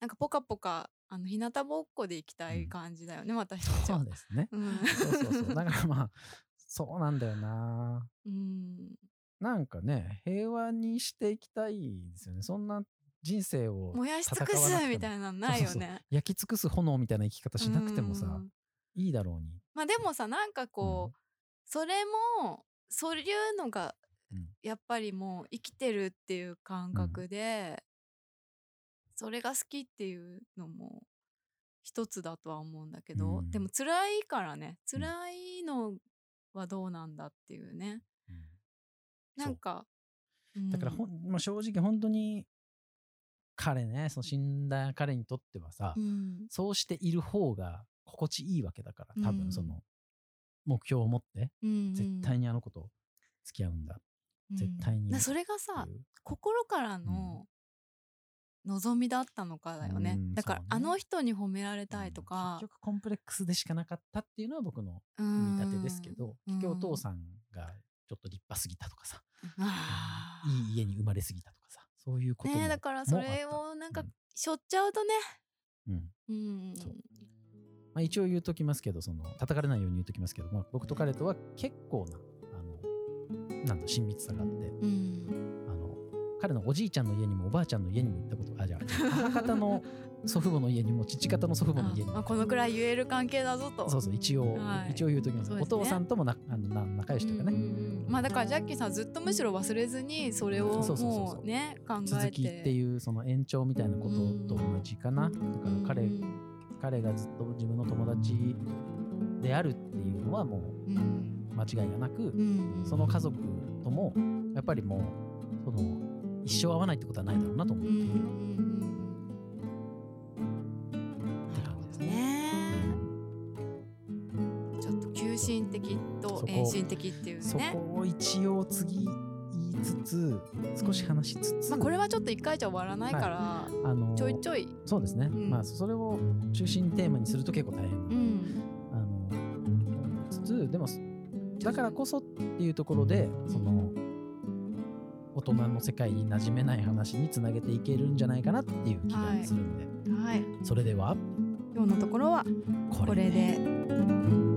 [SPEAKER 2] なんかポカポカあの日向ぼっこで行きたい感じだよね、私たち
[SPEAKER 1] そ
[SPEAKER 2] は
[SPEAKER 1] うですね。
[SPEAKER 2] うん
[SPEAKER 1] そうそうそう。だからまあ、そうなんだよな。
[SPEAKER 2] うん
[SPEAKER 1] なんかね、平和にしていきたいですよね。そんな人生を
[SPEAKER 2] 燃やし尽く
[SPEAKER 1] 戦わなくて
[SPEAKER 2] す
[SPEAKER 1] も
[SPEAKER 2] みたいなのないよね
[SPEAKER 1] そうそうそう焼き尽くす炎みたいな生き方しなくても
[SPEAKER 2] う
[SPEAKER 1] さ
[SPEAKER 2] ん、
[SPEAKER 1] いいだろうに。
[SPEAKER 2] まあでもさなんかこう、それもそういうのが
[SPEAKER 1] うん
[SPEAKER 2] やっぱりもう生きてるっていう感覚で、それが好きっていうのも一つだとは思うんだけど、
[SPEAKER 1] うん
[SPEAKER 2] でも辛いからね
[SPEAKER 1] うん
[SPEAKER 2] 辛いのはどうなんだっていうね
[SPEAKER 1] うん
[SPEAKER 2] なんか
[SPEAKER 1] だからほん、まあ、正直本当に彼ねその死んだ彼にとってはさ、
[SPEAKER 2] うんうん
[SPEAKER 1] そうしている方が心地いいわけだから多
[SPEAKER 2] うん
[SPEAKER 1] 分その目標を持って
[SPEAKER 2] うん
[SPEAKER 1] 絶対にあの子と付き合うんだ絶対に
[SPEAKER 2] だそれが
[SPEAKER 1] っ
[SPEAKER 2] さ
[SPEAKER 1] ていう、
[SPEAKER 2] 心からの望みだったのかだよね、
[SPEAKER 1] うん
[SPEAKER 2] だから、
[SPEAKER 1] そうね
[SPEAKER 2] あの人に褒められたいと
[SPEAKER 1] うん
[SPEAKER 2] か
[SPEAKER 1] 結、局コンプレックスでしかなかったっていうのは僕の
[SPEAKER 2] うん
[SPEAKER 1] 見立てですけど、
[SPEAKER 2] うん
[SPEAKER 1] 結局お父さんがちょっと立派すぎたとかさ、
[SPEAKER 2] あー
[SPEAKER 1] いい家に生まれすぎたとかさそういうことも
[SPEAKER 2] ねえだからそれ
[SPEAKER 1] もあ
[SPEAKER 2] を
[SPEAKER 1] った
[SPEAKER 2] なんか
[SPEAKER 1] うん
[SPEAKER 2] しょっちゃうとね
[SPEAKER 1] うん
[SPEAKER 2] うん
[SPEAKER 1] そうまあ、一応言うときますけど、その叩かれないように言うときますけど、まあ、僕と彼とは結構な、あの、なんだ、親密さがあって、
[SPEAKER 2] うん
[SPEAKER 1] あの、彼のおじいちゃんの家にもおばあちゃんの家にも行ったことが、あ、じゃあ、母方の祖父母の家にも父方の祖父母の家に
[SPEAKER 2] あまあ
[SPEAKER 1] も。
[SPEAKER 2] このくらい言える関係だぞと
[SPEAKER 1] そうそう、一応、
[SPEAKER 2] はい
[SPEAKER 1] 一応言うときます。
[SPEAKER 2] そうで
[SPEAKER 1] お
[SPEAKER 2] すね
[SPEAKER 1] 父さんともなあのな仲良しというかね、
[SPEAKER 2] んんうんまあだからジャッキーさんずっとむしろ忘れずにそれを
[SPEAKER 1] そうそうそうそう
[SPEAKER 2] もうね考え
[SPEAKER 1] 続きって
[SPEAKER 2] て
[SPEAKER 1] いうその延長みたいなことと同じかな。だから彼、
[SPEAKER 2] うん
[SPEAKER 1] 彼がずっと自分の友達であるっていうのはも
[SPEAKER 2] うん
[SPEAKER 1] う間違いがなく、
[SPEAKER 2] うん
[SPEAKER 1] その家族ともやっぱりもうその一生会わないってことはないだろうなと
[SPEAKER 2] う
[SPEAKER 1] 思
[SPEAKER 2] ん
[SPEAKER 1] う
[SPEAKER 2] う、んうん
[SPEAKER 1] って感じです
[SPEAKER 2] うん
[SPEAKER 1] ね。
[SPEAKER 2] ねえちょっと急進的と
[SPEAKER 1] そこ
[SPEAKER 2] 遠心的っていう
[SPEAKER 1] そ
[SPEAKER 2] ね
[SPEAKER 1] こを一応次言いつつ少し話しつつ、
[SPEAKER 2] まあこれはちょっと一回じゃ終わらないから、
[SPEAKER 1] あの
[SPEAKER 2] ちょいちょい、
[SPEAKER 1] そうですね、
[SPEAKER 2] うん
[SPEAKER 1] まあそれを中心テーマにすると結構大変、
[SPEAKER 2] うん、
[SPEAKER 1] あのつつでもだからこそっていうところでその大人の世界に馴染めない話につなげていけるんじゃないかなっていう気がするんで、
[SPEAKER 2] はい、
[SPEAKER 1] それでは
[SPEAKER 2] 今日のところは
[SPEAKER 1] こ
[SPEAKER 2] こ
[SPEAKER 1] れ
[SPEAKER 2] れで。
[SPEAKER 1] で